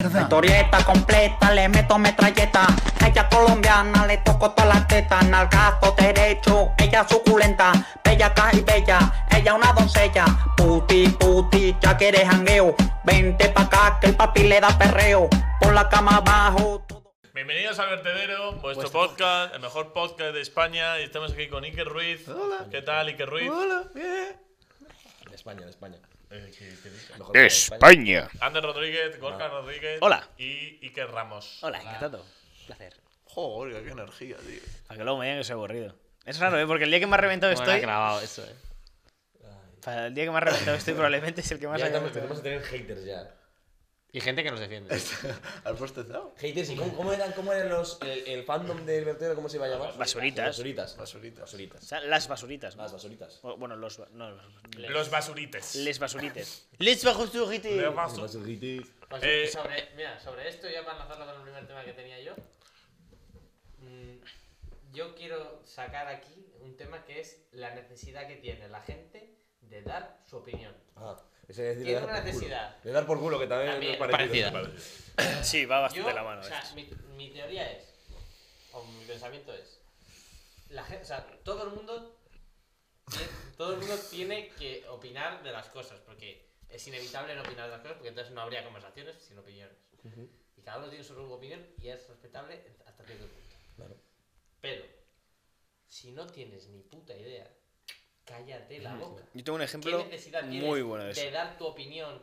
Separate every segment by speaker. Speaker 1: La historieta completa, le meto metralleta. Ella colombiana, le toco todas las tetas. Nalgazo derecho, ella suculenta. Bella caja y bella, ella una doncella. Puti, puti, ya que eres jangueo. Vente pa' acá que el papi le da perreo. Por la cama abajo. todo-
Speaker 2: Bienvenidos al Vertedero, vuestro podcast, el mejor podcast de España. Y estamos aquí con Iker Ruiz. Hola. ¿Qué tal, Iker Ruiz?
Speaker 3: Hola, bien. De España, de España.
Speaker 2: Eh, ¿qué- qué dices?
Speaker 3: Mejor que de
Speaker 4: España.
Speaker 2: Ander Rodríguez, Gorka Rodríguez.
Speaker 5: Hola.
Speaker 2: Y Iker Ramos.
Speaker 5: Hola, encantado. Un placer.
Speaker 3: Joder, qué energía, tío.
Speaker 5: A que luego me digan que soy aburrido. Es raro, ¿eh? Porque el día que más reventado estoy.
Speaker 6: grabado eso, eh.
Speaker 5: Para el día que más reventado estoy, probablemente es el que más.
Speaker 6: Ya,
Speaker 5: haya
Speaker 6: ya
Speaker 3: Empezamos
Speaker 5: reventado.
Speaker 3: a tener haters ya.
Speaker 6: Y gente que nos defiende.
Speaker 3: ¿Has postezado?
Speaker 6: Haters, ¿y cómo, cómo eran, cómo eran los,
Speaker 3: eh,
Speaker 6: el, el fandom del vertedero? ¿Cómo se iba a llamar?
Speaker 5: Basuritas.
Speaker 6: Basuritas.
Speaker 3: Basuritas.
Speaker 5: O
Speaker 6: Basuritas.
Speaker 5: sea, las basuritas. ¿no?
Speaker 6: Las basuritas.
Speaker 5: O- Bueno, los. ba- No, los basuritas.
Speaker 2: Los basurites.
Speaker 5: Les basurites. Les basurites.
Speaker 2: Los basu- Eh,
Speaker 7: Pues, sobre, mira, sobre esto, ya para lanzarlo con el primer tema que tenía yo, mm, yo quiero sacar aquí un tema que es la necesidad que tiene la gente de dar su opinión.
Speaker 3: Ah, ese es decir, de
Speaker 7: Tiene
Speaker 3: dar
Speaker 7: una
Speaker 3: por culo.
Speaker 7: necesidad.
Speaker 3: De dar por culo, que también,
Speaker 7: También.
Speaker 3: es parecido.
Speaker 6: Parecida.
Speaker 5: Sí, va
Speaker 7: Yo,
Speaker 5: bastante la mano. ¿eh?
Speaker 7: o sea,
Speaker 5: esto.
Speaker 7: mi, mi teoría es, o mi pensamiento es, la gente, o sea, todo el mundo, tie- todo el mundo tiene que opinar de las cosas, porque es inevitable no opinar de las cosas, porque entonces no habría conversaciones sin opiniones. Y cada uno tiene su opinión y es respetable hasta cierto punto. Pero, si no tienes ni puta idea, cállate la boca.
Speaker 5: Yo tengo un
Speaker 7: ¿Qué
Speaker 5: ejemplo
Speaker 7: necesidad tienes
Speaker 5: muy bueno de
Speaker 7: de
Speaker 5: eso.
Speaker 7: dar tu opinión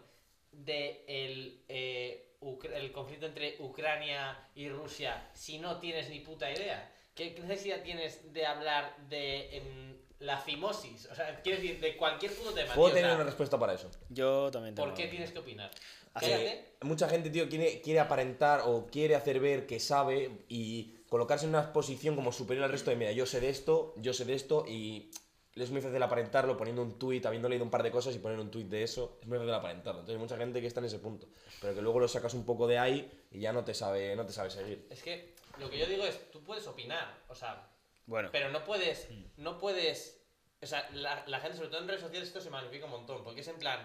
Speaker 7: de el, eh, Ucr- el conflicto entre Ucrania y Rusia si no tienes ni puta idea? ¿Qué necesidad tienes de hablar de em, la fimosis? O sea, quiero decir, de cualquier puto tema.
Speaker 3: Puedo
Speaker 7: tío, o
Speaker 3: tener
Speaker 7: sea,
Speaker 3: una respuesta para eso.
Speaker 5: Yo también tengo.
Speaker 7: ¿Por qué tienes que opinar?
Speaker 5: Así-
Speaker 7: Cállate.
Speaker 3: Mucha gente, tío, quiere, quiere aparentar o quiere hacer ver que sabe y colocarse en una posición como superior al resto de, mira, yo sé de esto, yo sé de esto y es muy fácil aparentarlo poniendo un tuit, habiendo leído un par de cosas y poner un tuit de eso, es muy fácil aparentarlo. Entonces hay mucha gente que está en ese punto, pero que luego lo sacas un poco de ahí y ya no te sabe, no te sabe seguir.
Speaker 7: Es que lo que yo digo es, tú puedes opinar, o sea,
Speaker 5: Bueno,
Speaker 7: Pero no puedes, no puedes. O sea, la, la gente, sobre todo en redes sociales, esto se magnifica un montón, porque es en plan.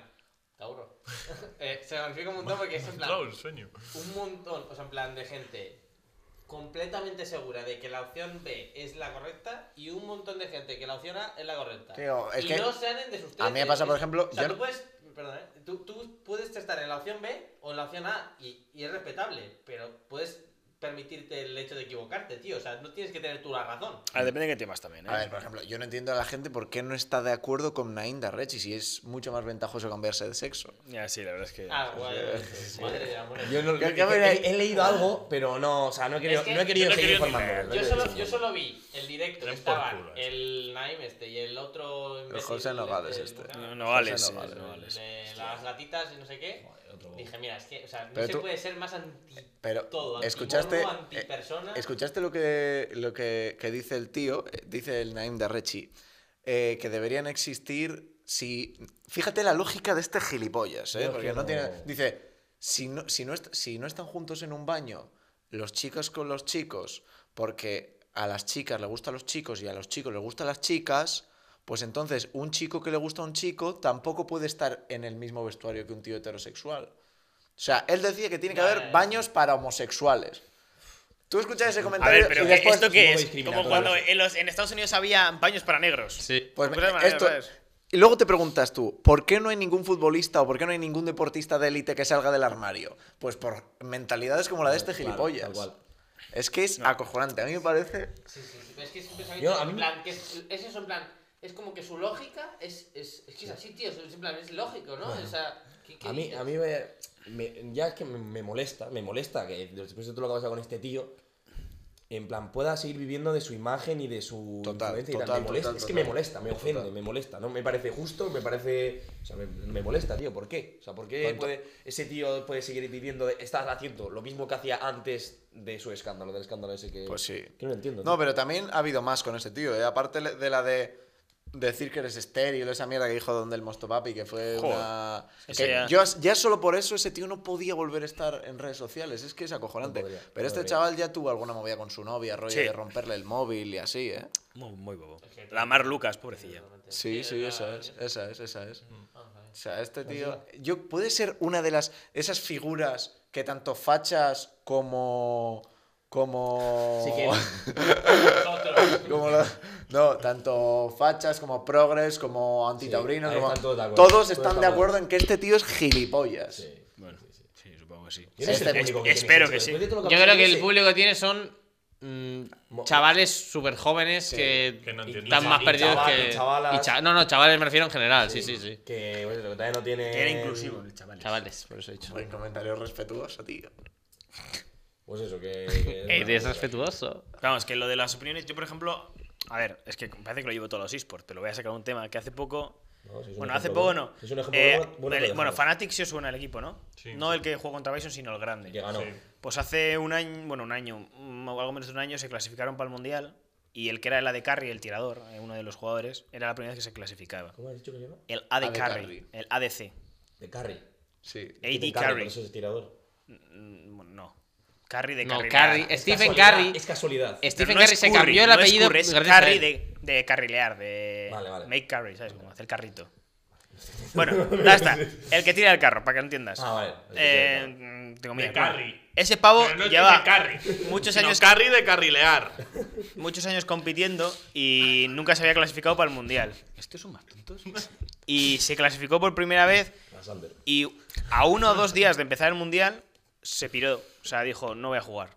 Speaker 7: Tauro. Eh, se magnifica un montón porque es en plan.
Speaker 2: Claro, el sueño.
Speaker 7: Un montón, o sea, en plan de gente completamente segura de que la opción B es la correcta y un montón de gente que la opción A es la correcta.
Speaker 6: Tío, es
Speaker 7: y
Speaker 6: que
Speaker 7: no salen de sus
Speaker 6: a mí me
Speaker 7: trece.
Speaker 6: pasa, por
Speaker 7: Es-
Speaker 6: ejemplo,
Speaker 7: O sea,
Speaker 6: yo
Speaker 7: tú
Speaker 6: no-
Speaker 7: puedes. Perdón, ¿eh? tú, tú puedes estar en la opción B o en la opción A y, y es respetable, pero puedes permitirte el hecho de equivocarte, tío. O sea, no tienes que tener tú la razón.
Speaker 5: a ver, depende de qué temas también. ¿eh?
Speaker 8: A ver, por ejemplo, yo no entiendo a la gente por qué no está de acuerdo con Nainda Rechi si es mucho más ventajoso cambiarse de sexo.
Speaker 5: Ya, sí, la verdad es que.
Speaker 7: Ah, guay. Madre de amor.
Speaker 3: Yo no-
Speaker 8: ¿Qué-
Speaker 3: he-
Speaker 8: qué me-
Speaker 3: he, he leído algo, pero no, o sea, no he querido,
Speaker 7: Es que
Speaker 3: no he querido
Speaker 2: yo no he
Speaker 3: seguir
Speaker 2: querido ni
Speaker 3: informándome.
Speaker 2: leer.
Speaker 3: no he
Speaker 7: Yo
Speaker 3: querido
Speaker 7: solo,
Speaker 3: seguir
Speaker 7: yo solo vi el directo que
Speaker 2: Ven por
Speaker 7: estaban
Speaker 2: culo,
Speaker 7: el Naim este y el otro imbécil,
Speaker 8: José Nogales
Speaker 7: el-
Speaker 8: este.
Speaker 7: ¿cómo se llama?
Speaker 5: No, no vales.
Speaker 8: José
Speaker 5: sí,
Speaker 8: no vale.
Speaker 5: no vales.
Speaker 7: De las gatitas y no sé qué. Dije, mira, es que, o sea, no
Speaker 8: Pero
Speaker 7: se
Speaker 8: tú-
Speaker 7: puede ser más anti
Speaker 8: Pero,
Speaker 7: todo,
Speaker 8: ¿escuchaste,
Speaker 7: antimorbo, antipersona.
Speaker 8: eh, ¿escuchaste lo que, lo que, que dice el tío, eh, dice el Naim de Rechi? Eh, que deberían existir si... Fíjate la lógica de este gilipollas, ¿eh?
Speaker 3: Yo
Speaker 8: Porque
Speaker 3: que
Speaker 8: no tiene...
Speaker 3: no.
Speaker 8: Dice, si no, si, no est- si no están juntos en un baño, los chicos con los chicos, porque a las chicas le gustan los chicos y a los chicos les gustan las chicas, pues entonces un chico que le gusta a un chico tampoco puede estar en el mismo vestuario que un tío heterosexual. O sea, él decía que tiene que
Speaker 7: Ya, ya,
Speaker 8: haber
Speaker 7: ya.
Speaker 8: baños para homosexuales. Tú escuchas ese
Speaker 5: A
Speaker 8: comentario
Speaker 5: ver, pero
Speaker 8: y
Speaker 5: ¿qué-
Speaker 8: después...
Speaker 5: ¿esto qué
Speaker 3: es
Speaker 5: es?
Speaker 3: muy
Speaker 5: Como
Speaker 3: discriminatorio.
Speaker 5: cuando en, los- en Estados Unidos había baños para negros.
Speaker 6: Sí.
Speaker 8: Pues,
Speaker 5: Pues, pues,
Speaker 8: esto-
Speaker 5: pues.
Speaker 8: Y luego te preguntas tú, ¿por qué no hay ningún futbolista o por qué no hay ningún deportista de élite que salga del armario? Pues por mentalidades como la de este
Speaker 3: Claro,
Speaker 8: gilipollas.
Speaker 3: tal cual.
Speaker 8: Es que es acojonante, a mí me parece...
Speaker 7: Sí, sí, sí, pero es que es un pensamiento
Speaker 3: Yo, a
Speaker 7: en
Speaker 3: mí-
Speaker 7: plan, que es, es eso en plan, es como que su lógica es, es, es que es así, tío, es, en plan, es lógico, ¿no? O sea, ¿qué- qué
Speaker 3: A mí,
Speaker 7: dices?
Speaker 3: a mí me, me- ya es que me, me molesta, me molesta que después de todo lo que ha pasado con este tío, en plan pueda seguir viviendo de su imagen y de su
Speaker 8: Total,
Speaker 3: influencia y tal.
Speaker 8: total,
Speaker 3: Me molesta,
Speaker 8: total,
Speaker 3: es que
Speaker 8: total.
Speaker 3: me molesta, me ofende, me molesta, no me parece justo, me parece, o sea, me, me molesta, tío, ¿por qué? O sea, ¿por qué
Speaker 8: Tonto.
Speaker 3: puede- ese tío puede seguir viviendo, de- estás haciendo lo mismo que hacía antes de su escándalo, del escándalo ese que
Speaker 8: Pues sí.
Speaker 3: que no lo entiendo.
Speaker 8: No,
Speaker 3: tío.
Speaker 8: pero también ha habido más con este tío, ¿eh? aparte le- de la de decir que eres estéril, esa mierda que dijo Don del Mosto Papi, que fue
Speaker 5: Joder.
Speaker 8: una...
Speaker 5: Eso
Speaker 8: que
Speaker 5: ya-
Speaker 8: yo- ya solo por eso ese tío no podía volver a estar en redes sociales, es que es acojonante.
Speaker 3: No podría,
Speaker 8: pero
Speaker 3: no
Speaker 8: este
Speaker 3: podría.
Speaker 8: chaval ya tuvo alguna movida con su novia, rollo
Speaker 5: Sí.
Speaker 8: de romperle el móvil y así, ¿eh?
Speaker 5: Muy, bobo.
Speaker 7: Es que-
Speaker 5: La Mar Lucas, pobrecilla.
Speaker 8: Sí, sí,
Speaker 7: la-
Speaker 8: esa es, esa es, esa es.
Speaker 7: Vamos a ver.
Speaker 3: Pues
Speaker 8: O sea, este tío. Yo puede ser una de las. esas figuras que tanto fachas como. como.
Speaker 3: Si quieres.
Speaker 7: Nosotros.
Speaker 8: como la- no, tanto fachas como progres, como antitaurinos,
Speaker 3: ahí
Speaker 8: como-
Speaker 3: están todos de acuerdo.
Speaker 8: todos
Speaker 3: Todos
Speaker 8: están de
Speaker 3: estamos-
Speaker 8: acuerdo en que este tío es gilipollas.
Speaker 3: Sí.
Speaker 6: Bueno, sí, supongo que sí.
Speaker 3: Yo no sé
Speaker 8: Este-
Speaker 3: el público
Speaker 5: es- espero
Speaker 3: tiene gente,
Speaker 5: que sí.
Speaker 3: después de todo lo
Speaker 7: Yo
Speaker 3: ha
Speaker 7: creo
Speaker 3: pasado,
Speaker 7: que
Speaker 3: yo
Speaker 7: el
Speaker 3: sé.
Speaker 7: público que tiene son mm,
Speaker 3: Mo-
Speaker 7: chavales súper jóvenes que,
Speaker 2: Que no entienden.
Speaker 7: están
Speaker 2: Y
Speaker 7: más
Speaker 2: chaval-
Speaker 7: perdidos
Speaker 3: y chaval-
Speaker 7: que.
Speaker 3: y chavalas.
Speaker 7: y cha- no, no, chavales me refiero en general, sí, sí, sí.
Speaker 3: este Que, bueno, que todavía no tiene.
Speaker 5: Que era inclusivo el chaval.
Speaker 7: Eh, Chavales, por eso he dicho.
Speaker 8: Buen comentario respetuoso, tío.
Speaker 3: Pues eso, que. que-
Speaker 7: Eres respetuoso.
Speaker 5: Vamos, que lo de las opiniones, yo por ejemplo, a ver, es que parece que lo llevo todos los esports, pero voy a sacar un tema que hace poco.
Speaker 3: No, si es un
Speaker 5: bueno,
Speaker 3: ejemplo
Speaker 5: hace poco no.
Speaker 3: bueno. Si es un ejemplo
Speaker 5: Eh,
Speaker 3: bueno, bueno,
Speaker 5: el-
Speaker 3: te lo
Speaker 5: bueno,
Speaker 3: dejamos.
Speaker 5: Fnatic sí os suena el equipo, ¿no?
Speaker 2: Sí.
Speaker 5: no el que jugó contra Bison, sino el grande.
Speaker 3: Que ganó.
Speaker 2: Sí.
Speaker 5: Pues hace un año, bueno, un año, mm, o algo menos de un año, se clasificaron para el Mundial y el que era el AD Carry, el tirador, eh, uno de los jugadores, era la primera vez que se clasificaba.
Speaker 3: ¿Cómo has dicho que se llama?
Speaker 5: El AD,
Speaker 8: AD
Speaker 5: carry,
Speaker 8: carry.
Speaker 5: el ADC,
Speaker 3: De carry.
Speaker 8: Sí.
Speaker 5: AD
Speaker 3: Tiene
Speaker 5: Carry.
Speaker 3: Por eso es tirador.
Speaker 5: Mm, bueno, no, Carry de
Speaker 7: No,
Speaker 5: carrilear.
Speaker 7: Carry.
Speaker 3: Es
Speaker 7: Stephen
Speaker 3: casualidad,
Speaker 7: Carry.
Speaker 3: Es casualidad.
Speaker 5: Pero
Speaker 7: Stephen
Speaker 5: no
Speaker 7: Curry
Speaker 5: es
Speaker 7: se
Speaker 5: curry,
Speaker 7: cambió el
Speaker 5: no es
Speaker 7: apellido
Speaker 5: curry, es
Speaker 7: gracias a
Speaker 5: carry
Speaker 7: él.
Speaker 5: de, de carrilear, de
Speaker 3: Vale, vale.
Speaker 5: make carry, ¿sabes? Como hacer el carrito. Bueno, ya está. El que tira el carro, para que lo entiendas.
Speaker 3: Ah, vale. El que
Speaker 5: Eh,
Speaker 3: tira el
Speaker 5: mm, tengo miedo.
Speaker 2: De carry.
Speaker 5: Ese pavo
Speaker 2: Pero no es
Speaker 5: lleva
Speaker 2: de carry.
Speaker 5: muchos
Speaker 2: sino
Speaker 5: años
Speaker 2: carry de carrilear.
Speaker 5: muchos años compitiendo y nunca se había clasificado para el mundial.
Speaker 8: ¿Estos son más tontos?
Speaker 5: Y se clasificó por primera vez
Speaker 3: La Sander.
Speaker 5: y a uno o dos días de empezar el mundial se piró. O sea, dijo, no voy a jugar.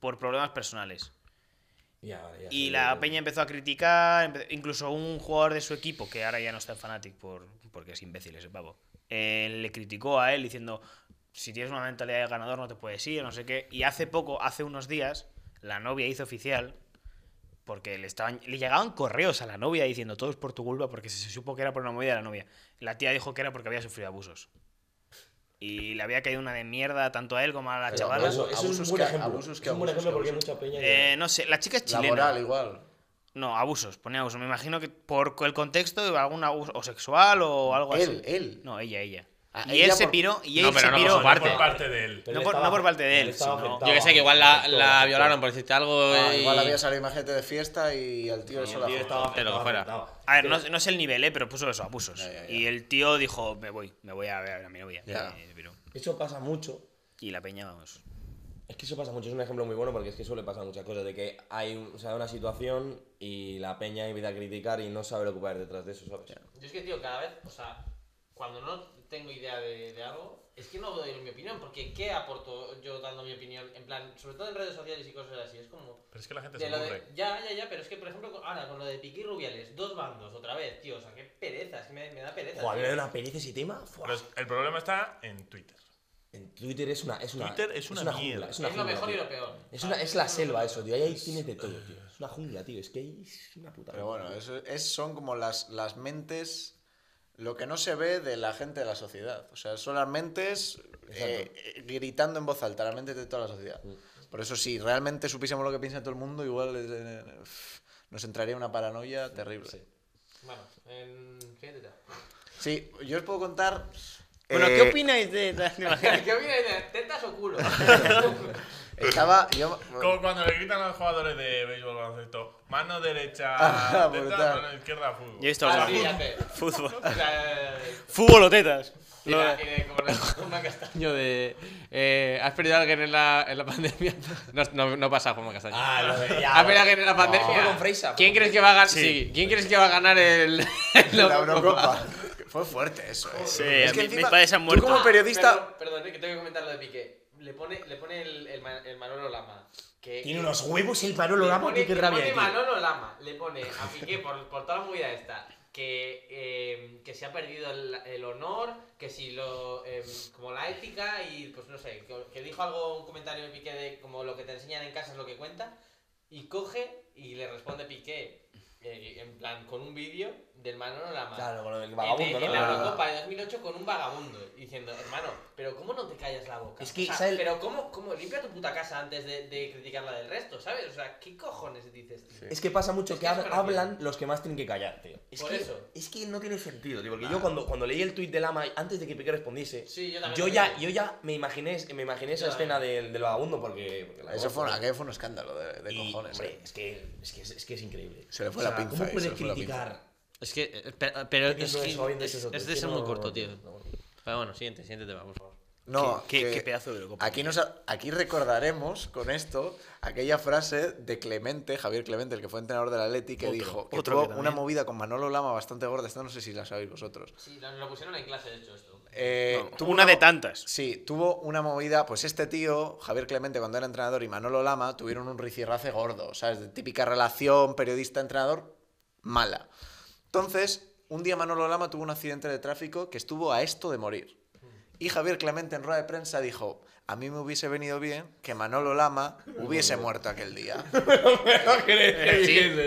Speaker 5: Por problemas personales.
Speaker 3: Ya, vale, ya
Speaker 5: Y
Speaker 3: sé.
Speaker 5: la peña empezó a criticar, empe- incluso un jugador de su equipo, que ahora ya no está en Fnatic por, porque es imbécil ese pavo, eh, le criticó a él diciendo, si tienes una mentalidad de ganador no te puedes ir, no sé qué. Y hace poco, hace unos días, la novia hizo oficial, porque le, estaban, le llegaban correos a la novia diciendo, todo es por tu culpa, porque se supo que era por una movida de la novia. La tía dijo que era porque había sufrido abusos. Y le había caído una de mierda tanto a él como a la
Speaker 8: Pero
Speaker 5: chavala.
Speaker 3: Eso, eso es
Speaker 8: Abusos
Speaker 3: un buen
Speaker 8: que-
Speaker 3: ejemplo.
Speaker 8: abusos que
Speaker 3: es un buen
Speaker 8: abusos
Speaker 3: ejemplo
Speaker 8: que
Speaker 3: porque hay
Speaker 8: abusos.
Speaker 3: mucha peña. que-
Speaker 5: Eh, no sé, la chica es chilena.
Speaker 8: Laboral, igual.
Speaker 5: No, abusos, ponía abusos. Me imagino que por el contexto, algún abuso o sexual o algo
Speaker 8: Él,
Speaker 5: así.
Speaker 8: él.
Speaker 5: No, ella, ella.
Speaker 8: Ah,
Speaker 5: y él
Speaker 8: ella
Speaker 5: se
Speaker 8: por-
Speaker 5: piró, y
Speaker 7: No,
Speaker 5: él
Speaker 7: pero
Speaker 5: se
Speaker 7: no
Speaker 5: piró.
Speaker 7: por su parte.
Speaker 2: Por parte de él.
Speaker 3: Pero
Speaker 5: no
Speaker 3: él
Speaker 5: por- no por parte de él,
Speaker 3: estaba
Speaker 5: sino-
Speaker 3: afectado,
Speaker 7: Yo que sé, que igual la,
Speaker 3: afectó,
Speaker 7: la
Speaker 3: afectó.
Speaker 7: violaron por decirte algo.
Speaker 8: Ah,
Speaker 7: y-
Speaker 8: igual había salido majete de fiesta y al tío eso
Speaker 3: El tío
Speaker 8: le
Speaker 3: estaba
Speaker 7: de lo que
Speaker 3: afectado,
Speaker 7: fuera.
Speaker 3: afectado.
Speaker 5: A ver, no, no sé el nivel, ¿eh? pero puso eso, abusos.
Speaker 8: Ya, ya, ya.
Speaker 5: Y el tío dijo, me voy, me voy a ver a mi novia.
Speaker 8: Ya.
Speaker 5: Y, se piró.
Speaker 3: Eso pasa mucho.
Speaker 5: Y la peña, vamos.
Speaker 3: Es que eso pasa mucho, es un ejemplo muy bueno porque es que suele pasar muchas cosas, de que hay un- o sea, una situación y la peña evita criticar y no sabe lo que puede haber detrás de eso, ¿sabes?
Speaker 7: Yo es que, tío, cada vez, o sea, cuando no tengo idea de, de algo, es que no doy mi opinión, porque ¿qué aporto yo dando mi opinión? En plan, sobre todo en redes sociales y cosas así, es como...
Speaker 2: Pero es que la gente
Speaker 7: de
Speaker 2: se
Speaker 7: lo de-
Speaker 2: aburre.
Speaker 7: ya, ya, ya, pero es que, por ejemplo, con- ahora con lo de Piqui Rubiales, dos bandos otra vez, tío, o sea, qué pereza, es que me, me da pereza.
Speaker 3: Joder,
Speaker 7: tío.
Speaker 3: ¿me da una pereza ese tema? Fua.
Speaker 2: Pero es- el problema está en Twitter.
Speaker 3: En Twitter es una, es una,
Speaker 2: Twitter es una
Speaker 3: jungla,
Speaker 2: mierda.
Speaker 3: es
Speaker 7: es
Speaker 3: una
Speaker 7: lo
Speaker 3: jungla,
Speaker 7: mejor y
Speaker 3: tío.
Speaker 7: lo peor.
Speaker 3: Es, una, es la selva eso, tío, ahí, ahí tienes de todo, tío. Es una jungla, tío, es que ahí es una puta
Speaker 8: Pero
Speaker 3: jungla.
Speaker 8: bueno, eso es, son como las, las mentes, lo que no se ve de la gente de la sociedad. O sea, son las mentes eh, eh, gritando en voz alta, las mentes de toda la sociedad. Por eso, si realmente supiésemos lo que piensa todo el mundo, igual eh, uf, nos entraría una paranoia terrible. Sí,
Speaker 7: Bueno, en... siguiente tema.
Speaker 8: yo os puedo contar.
Speaker 5: Bueno,
Speaker 8: eh,
Speaker 5: ¿qué opináis de la
Speaker 7: ¿Qué opinas de tetas o culo?
Speaker 8: Estaba. Yo,
Speaker 2: Como cuando le gritan a los jugadores de béisbol baloncesto, mano derecha, teta,
Speaker 8: Ah, brutal.
Speaker 2: mano izquierda, fútbol.
Speaker 5: Yo he visto algo.
Speaker 7: Así, Ah, ya sé.
Speaker 5: Fútbol.
Speaker 7: O sea,
Speaker 5: Fútbol o tetas.
Speaker 7: y
Speaker 5: No,
Speaker 7: la- y de- como la- una castaña.
Speaker 4: Yo de. eh, ¿Has perdido a alguien en la, en la pandemia? No, no, no pasa, Juanma Castaño.
Speaker 3: Ah, lo de ya,
Speaker 4: ¿Has perdido a alguien en la pandemia?
Speaker 3: Fue con Freisa, fue
Speaker 4: ¿Quién crees que va a ganar? Sí. ¿Quién crees que va a ganar el. el
Speaker 8: la
Speaker 4: Eurocopa?
Speaker 8: Eurocopa. Fue fuerte eso, eh.
Speaker 5: Sí,
Speaker 8: Es
Speaker 5: a
Speaker 8: que
Speaker 5: mí-
Speaker 8: encima,
Speaker 5: mis padres se han muerto.
Speaker 8: Tú como periodista.
Speaker 7: Ah, Perdón, perdón, eh, que tengo que comentar lo de Piqué. Le pone, le pone el, el, Ma- el Manolo Lama. Que
Speaker 3: Tiene unos huevos el Manolo
Speaker 7: le
Speaker 3: Lama,
Speaker 7: pone-
Speaker 3: tío, qué
Speaker 7: le
Speaker 3: rabia.
Speaker 7: pone
Speaker 3: tío.
Speaker 7: Manolo Lama. Le pone a Piqué por, por toda la movida esta. Que, eh, que se ha perdido el, el honor, que si lo. eh, como la ética y pues no sé. Que, que dijo algo, un comentario de Piqué de como lo que te enseñan en casa es lo que cuenta. Y coge y le responde Piqué. eh, en plan, con un vídeo del Manolo Lama.
Speaker 3: Claro, con el
Speaker 7: En-
Speaker 3: vagabundo,
Speaker 7: en,
Speaker 3: ¿no?
Speaker 4: Ah.
Speaker 7: la Eurocopa de 2008 con un vagabundo diciendo, hermano, pero ¿cómo no te callas la boca?
Speaker 3: Es que,
Speaker 7: O sea,
Speaker 3: ¿sabes?
Speaker 7: pero ¿cómo, cómo limpia tu puta casa antes de, de criticarla del resto, ¿sabes? O sea, ¿qué cojones dices? tío?
Speaker 3: Es que pasa mucho
Speaker 7: Es
Speaker 3: que,
Speaker 7: que es
Speaker 3: hab-
Speaker 7: para
Speaker 3: hablan los que más tienen que callar, tío. Es
Speaker 7: Por
Speaker 3: que,
Speaker 7: eso.
Speaker 3: Es que no tiene sentido, tío. Porque yo cuando, cuando leí el tuit de Lama, antes de que Piqué respondiese,
Speaker 7: Sí, yo también lo
Speaker 3: ya,
Speaker 7: leí.
Speaker 3: yo ya me imaginé, me imaginé esa
Speaker 7: Yo
Speaker 3: escena del, del vagabundo porque... porque la
Speaker 8: Eso fue,
Speaker 3: conozco.
Speaker 8: una- aquello fue un escándalo de, de
Speaker 3: Y,
Speaker 8: cojones.
Speaker 3: hombre,
Speaker 8: eh.
Speaker 3: es que, es que es, es que es increíble.
Speaker 8: Se le fue
Speaker 3: O sea,
Speaker 8: la pinza
Speaker 3: ¿Cómo
Speaker 8: ahí,
Speaker 3: puedes
Speaker 8: se le fue la
Speaker 3: criticar?
Speaker 4: Es que, eh, pero, pero
Speaker 3: viendo
Speaker 4: es, que
Speaker 3: eso, viendo
Speaker 4: es,
Speaker 3: eso, tío,
Speaker 4: es de
Speaker 3: es que
Speaker 4: ser muy
Speaker 3: no-
Speaker 4: corto, tío.
Speaker 3: no, no.
Speaker 4: Pero bueno, siguiente, siguiente tema, por favor.
Speaker 8: No,
Speaker 5: Qué- qué-
Speaker 8: que
Speaker 5: qué pedazo de Eurocopa.
Speaker 8: Aquí, nos, ha- aquí recordaremos con esto aquella frase de Clemente, Javier Clemente, el que fue entrenador del Atleti, que
Speaker 5: Otro,
Speaker 8: dijo que
Speaker 5: otro
Speaker 8: tuvo
Speaker 5: que
Speaker 8: una
Speaker 5: también.
Speaker 8: movida con Manolo Lama bastante gorda. Esta no sé si la sabéis vosotros.
Speaker 7: Sí, lo, lo pusieron en clase, de hecho, esto.
Speaker 8: Eh,
Speaker 5: No,
Speaker 8: tuvo
Speaker 5: una de tantas.
Speaker 8: Sí, tuvo una movida, pues este tío, Javier Clemente cuando era entrenador y Manolo Lama tuvieron un ricirrace gordo, ¿sabes? De típica relación periodista-entrenador mala. Entonces, un día Manolo Lama tuvo un accidente de tráfico que estuvo a esto de morir. Y Javier Clemente en rueda de prensa dijo, a mí me hubiese venido bien que Manolo Lama hubiese muerto aquel día.
Speaker 4: Sí,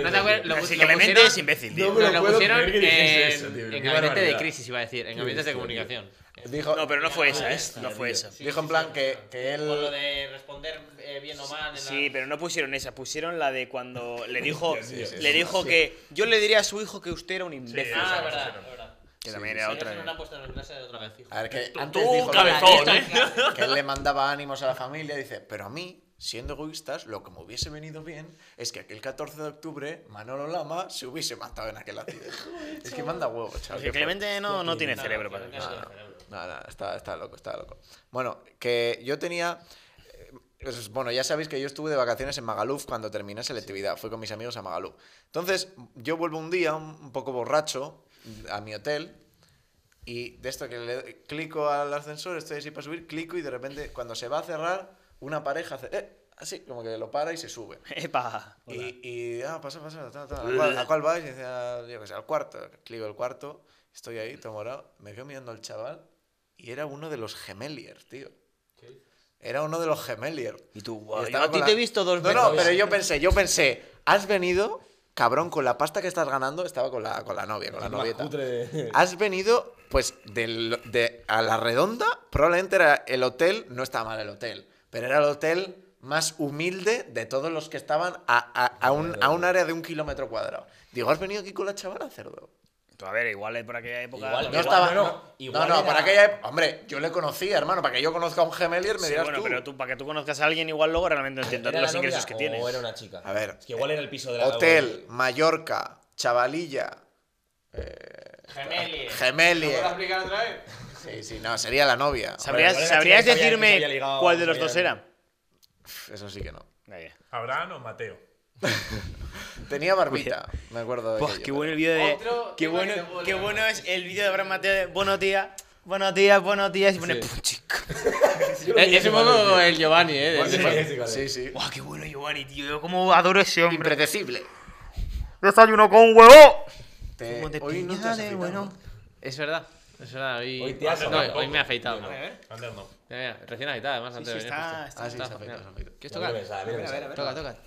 Speaker 4: ¿No te acuerdas? Lo,
Speaker 5: Si
Speaker 4: lo
Speaker 5: Clemente
Speaker 4: pusieron-
Speaker 5: es imbécil, tío.
Speaker 4: No,
Speaker 3: me lo
Speaker 4: lo
Speaker 3: puedo
Speaker 4: pusieron
Speaker 3: creer que dijese eso,
Speaker 4: en,
Speaker 3: tío,
Speaker 4: en
Speaker 3: qué
Speaker 4: gabinete de
Speaker 3: barbaridad.
Speaker 4: crisis, iba a decir, en gabinetes de comunicación.
Speaker 8: Dijo,
Speaker 5: No, pero no fue esa, ¿eh? No fue esa.
Speaker 8: dijo en plan que, que
Speaker 7: Por lo
Speaker 8: él...
Speaker 7: de responder eh, bien o mal. en la-
Speaker 5: Sí, pero no pusieron esa, pusieron la de cuando le dijo,
Speaker 8: sí,
Speaker 5: le
Speaker 8: sí,
Speaker 5: dijo que yo le diría a su hijo que usted era un imbécil.
Speaker 2: Sí,
Speaker 7: Ah,
Speaker 2: esa cosa
Speaker 7: es verdad,
Speaker 2: no.
Speaker 7: es verdad.
Speaker 5: Que
Speaker 8: Sí,
Speaker 5: también
Speaker 8: sí,
Speaker 5: era
Speaker 8: sí.
Speaker 7: Eso
Speaker 5: otra.
Speaker 7: no lo han puesto en clase de otra vez, fijo.
Speaker 4: Ah,
Speaker 8: A ver, que antes
Speaker 2: Tú,
Speaker 8: dijo-
Speaker 2: cabezón, ¿eh?
Speaker 8: que él le mandaba ánimos a la familia y dice, pero a mí, siendo egoístas, lo que me hubiese venido bien es que aquel 14 de octubre Manolo Lama se hubiese matado en aquel accidente. es que manda huevo,
Speaker 2: Pues
Speaker 8: chaval.
Speaker 5: Porque
Speaker 8: qué fuerte.
Speaker 5: Clemente no, no tiene
Speaker 7: No,
Speaker 5: cerebro para
Speaker 7: no,
Speaker 5: eso.
Speaker 7: no, no, no.
Speaker 8: No, no, está, está loco, está loco. Bueno, que yo tenía... eh, pues, Bueno, ya sabéis que yo estuve de vacaciones en Magaluf cuando terminé selectividad. Fui con mis amigos a Magaluf. Entonces, yo vuelvo un día, un un poco borracho, a mi hotel. Y de esto que le doy- clico al ascensor, estoy así para subir, clico y de repente cuando se va a cerrar, una pareja hace... "Eh", así, como que lo para y se sube.
Speaker 5: Epa.
Speaker 8: Y, y, ah, pasa, pasa, ta, ta, ¿a, cuál, a cuál vais? Y dice, "Ah, yo qué sé, al cuarto. Clico el cuarto, estoy ahí, todo morado. Me quedo mirando al chaval y era uno de los gemeliers, tío. Era uno de los gemeliers.
Speaker 5: Y tú,
Speaker 8: Y
Speaker 5: guau, yo
Speaker 8: estaba
Speaker 5: a ti
Speaker 8: con
Speaker 5: te he
Speaker 8: la-
Speaker 5: visto dos
Speaker 8: No,
Speaker 5: veces.
Speaker 8: no, pero yo pensé, yo pensé, has venido, cabrón, con la pasta que estás ganando, estaba con la, con la novia, con la
Speaker 3: Más
Speaker 8: novieta.
Speaker 3: cutre de-
Speaker 8: Has venido, pues, del- de, a la redonda, probablemente era el hotel, no estaba mal el hotel, pero era el hotel más humilde de todos los que estaban a, a- a un, a un área de un kilómetro cuadrado. Digo, has venido aquí con la chavala, cerdo.
Speaker 5: Tú, a ver, igual eh, por aquella época.
Speaker 8: No
Speaker 7: Igual,
Speaker 8: estaba.
Speaker 3: no, no,
Speaker 8: No, no,
Speaker 3: igual era-
Speaker 8: para aquella ep- Hombre, yo le conocía, hermano. Para que yo conozca a un gemelier, me
Speaker 5: Sí,
Speaker 8: dirás
Speaker 5: bueno,
Speaker 8: tú.
Speaker 5: pero tú, para que tú conozcas a alguien, igual luego realmente no entiendas
Speaker 3: ¿Era
Speaker 5: los
Speaker 3: la
Speaker 5: ingresos
Speaker 3: novia
Speaker 5: que
Speaker 3: o
Speaker 5: tienes.
Speaker 3: era una chica.
Speaker 8: A ver,
Speaker 3: Es que igual era el piso de la.
Speaker 8: Hotel, Mallorca, Chavalilla.
Speaker 7: Gemelie.
Speaker 8: Gemelie.
Speaker 7: ¿Lo puedo explicar otra vez?
Speaker 8: Sí, sí, no, sería la novia.
Speaker 5: ¿Sabrías,
Speaker 3: Igual era
Speaker 5: ¿sabrías
Speaker 3: chica que se había- que se
Speaker 5: decirme
Speaker 3: había ligado-
Speaker 5: cuál de los
Speaker 3: había-
Speaker 5: dos era?
Speaker 8: Pf, Eso sí que no.
Speaker 5: Vaya.
Speaker 2: ¿Abraham o Mateo?
Speaker 8: Tenía barbita, me acuerdo de
Speaker 5: Buah,
Speaker 8: aquello,
Speaker 5: qué
Speaker 8: pero-
Speaker 5: bueno el vídeo de.
Speaker 7: Otro
Speaker 5: Qué
Speaker 7: tema
Speaker 5: bueno,
Speaker 7: que te mola.
Speaker 5: qué bueno es el vídeo de Abraham Mateo de Buenos días, buenos días, buenos días. Y pone "Pum, chico".
Speaker 4: Es, es un poco Eh, el Giovanni, ¿eh? de-
Speaker 3: Sí,
Speaker 4: de-
Speaker 3: sí, sí,
Speaker 8: Sí, sí.
Speaker 5: Buah, qué bueno Giovanni, tío. Yo como adoro ese hombre.
Speaker 8: Impredecible.
Speaker 5: Desayuno con huevo.
Speaker 8: Te-
Speaker 5: Como te
Speaker 8: Hoy no te
Speaker 5: pillara,
Speaker 4: ¿eh?
Speaker 8: has afeitado.
Speaker 5: bueno.
Speaker 4: Es verdad. Es verdad, hoy,
Speaker 3: Hoy te has
Speaker 4: no,
Speaker 3: afeitado.
Speaker 4: hoy me he afeitado.
Speaker 5: A ver,
Speaker 2: Ander no.
Speaker 4: Mira, mira, recién afeitada, además, antes
Speaker 5: sí,
Speaker 4: de venir.
Speaker 5: está-
Speaker 4: justo.
Speaker 5: está-
Speaker 8: Ah, sí, se
Speaker 4: Está,
Speaker 8: ha afeitado,
Speaker 4: mira.
Speaker 8: se ha afeitado.
Speaker 4: ¿Quieres
Speaker 3: No, mira,
Speaker 4: tocar?
Speaker 3: mira, mira, mira.
Speaker 4: Toca, toca.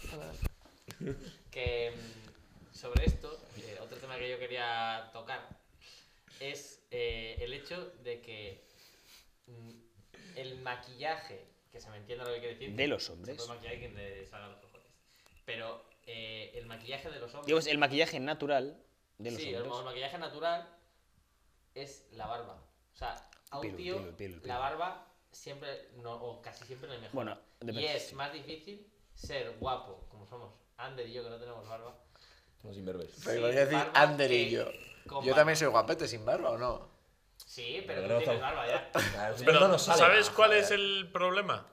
Speaker 7: que mm, sobre esto, eh, otro tema que yo quería tocar es eh, el hecho de que mm, el maquillaje, que se me entienda lo que quiere decir,
Speaker 5: De los
Speaker 7: se
Speaker 5: hombres.
Speaker 7: puede maquillar quien le salga los cojones, pero eh, el maquillaje de los hombres,
Speaker 5: Digamos, el maquillaje natural de los
Speaker 7: sí, el- el
Speaker 5: hombres.
Speaker 7: maquillaje natural es la barba, o sea, a un
Speaker 5: Pelo,
Speaker 7: tío
Speaker 5: pelo, pelo, pelo.
Speaker 7: la barba siempre no, o casi siempre le mejora.
Speaker 5: Bueno,
Speaker 7: y
Speaker 5: depende.
Speaker 7: es más difícil ser guapo, como somos Ander y yo que no tenemos barba.
Speaker 3: Somos imberbes.
Speaker 8: Pero
Speaker 7: Sí,
Speaker 8: iba a decir
Speaker 7: barba
Speaker 8: Ander y
Speaker 7: que-
Speaker 8: yo.
Speaker 7: con
Speaker 8: Yo
Speaker 7: barba.
Speaker 8: también soy guapete sin barba, ¿o no?
Speaker 7: Sí, pero
Speaker 3: Pero
Speaker 7: no
Speaker 3: no
Speaker 7: tienes
Speaker 3: estamos-
Speaker 7: barba ya.
Speaker 3: Claro,
Speaker 2: Pero,
Speaker 3: pero no nos sale.
Speaker 2: ¿sabes
Speaker 3: Ah,
Speaker 2: cuál
Speaker 3: joder.
Speaker 2: es el problema?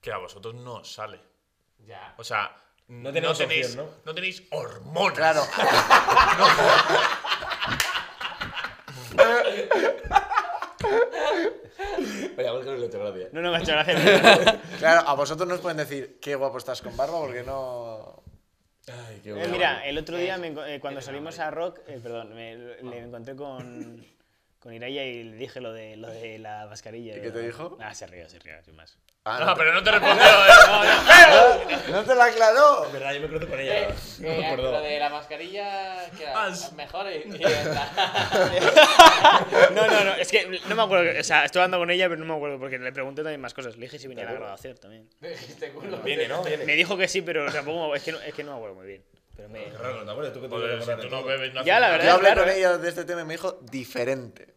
Speaker 2: Que a vosotros no os sale.
Speaker 7: Ya.
Speaker 2: O sea, no,
Speaker 3: tenemos
Speaker 2: tenéis,
Speaker 3: opción,
Speaker 2: ¿no? tenéis hormonas.
Speaker 8: Claro.
Speaker 3: Oye, a ver que no le he hecho gracia.
Speaker 5: No, no me ha hecho gracia.
Speaker 8: Claro, a vosotros nos pueden decir qué guapo estás con barba porque no.
Speaker 3: Ay, qué
Speaker 5: Eh,
Speaker 3: bueno.
Speaker 5: mira, el otro día me enco- eh, cuando salimos a Rock, eh, perdón, me, le encontré con, con Iraya y le dije lo de, lo de la mascarilla.
Speaker 8: ¿Y qué te dijo?
Speaker 5: Ah, se rió, se rió, sin más.
Speaker 8: Ah,
Speaker 2: Ah,
Speaker 8: no,
Speaker 2: pero no te respondió, ¿eh?
Speaker 8: te, no te la aclaró.
Speaker 3: En verdad, yo me cruzo con
Speaker 7: Eh,
Speaker 3: ella. No
Speaker 7: eh,
Speaker 3: me
Speaker 7: lo
Speaker 3: acordaba.
Speaker 7: de la mascarilla que
Speaker 2: Ah, sí.
Speaker 7: mejor y, y ya está.
Speaker 5: No, no, no, es que no me acuerdo, o sea, estuve hablando con ella, pero no me acuerdo porque le pregunté también más cosas. Le dije si venía a la graduación también.
Speaker 7: Este culo.
Speaker 3: Viene, ¿no? Viene.
Speaker 5: Me dijo que sí, pero tampoco, me- es que no, es que no me acuerdo muy bien. Pero me...
Speaker 3: Qué raro, ¿te acuerdas tú que te
Speaker 2: Joder,
Speaker 3: ibas a
Speaker 2: si tú
Speaker 3: acordar
Speaker 2: no
Speaker 3: de
Speaker 2: bebes, no
Speaker 5: Ya,
Speaker 2: haces
Speaker 5: la
Speaker 2: nada.
Speaker 5: verdad.
Speaker 8: Yo hablé
Speaker 5: claro,
Speaker 8: con
Speaker 5: eh.
Speaker 8: ella de este tema y me dijo diferente.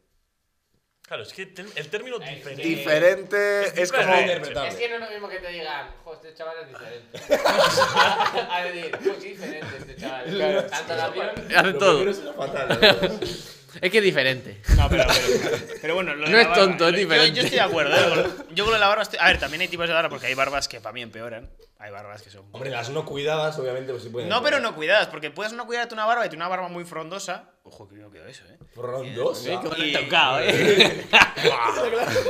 Speaker 2: Claro, es que te- el término
Speaker 7: Eh,
Speaker 2: diferente.
Speaker 7: sí.
Speaker 8: Diferente
Speaker 2: Es
Speaker 8: es como.
Speaker 3: todo.
Speaker 2: diferente.
Speaker 7: Es que
Speaker 3: Interpretable.
Speaker 7: no es lo mismo que te digan, jo, este chaval es diferente. a decir, pues sí, diferente este chaval. Tanto de avión.
Speaker 4: Hacen todo.
Speaker 3: Lo primero suena fatal.
Speaker 4: Es que es diferente.
Speaker 5: No, pero, pero, pero bueno, lo de
Speaker 4: No
Speaker 5: la
Speaker 4: es
Speaker 5: barba,
Speaker 4: tonto, es
Speaker 5: lo- yo- Yo,
Speaker 4: diferente.
Speaker 5: estoy de acuerdo. ¿eh? Con- Yo con lo de la barba estoy. A ver, también hay tipos de barba porque hay barbas que para mí empeoran. Hay barbas que son.
Speaker 3: Hombre, las no cuidadas, obviamente, pues sí pueden.
Speaker 5: No, pero no cuidadas, porque puedes no cuidarte una barba y tener una barba muy frondosa. Ojo, que no quedó eso, ¿eh?
Speaker 3: Frondosa.
Speaker 5: Y-
Speaker 4: ¿eh?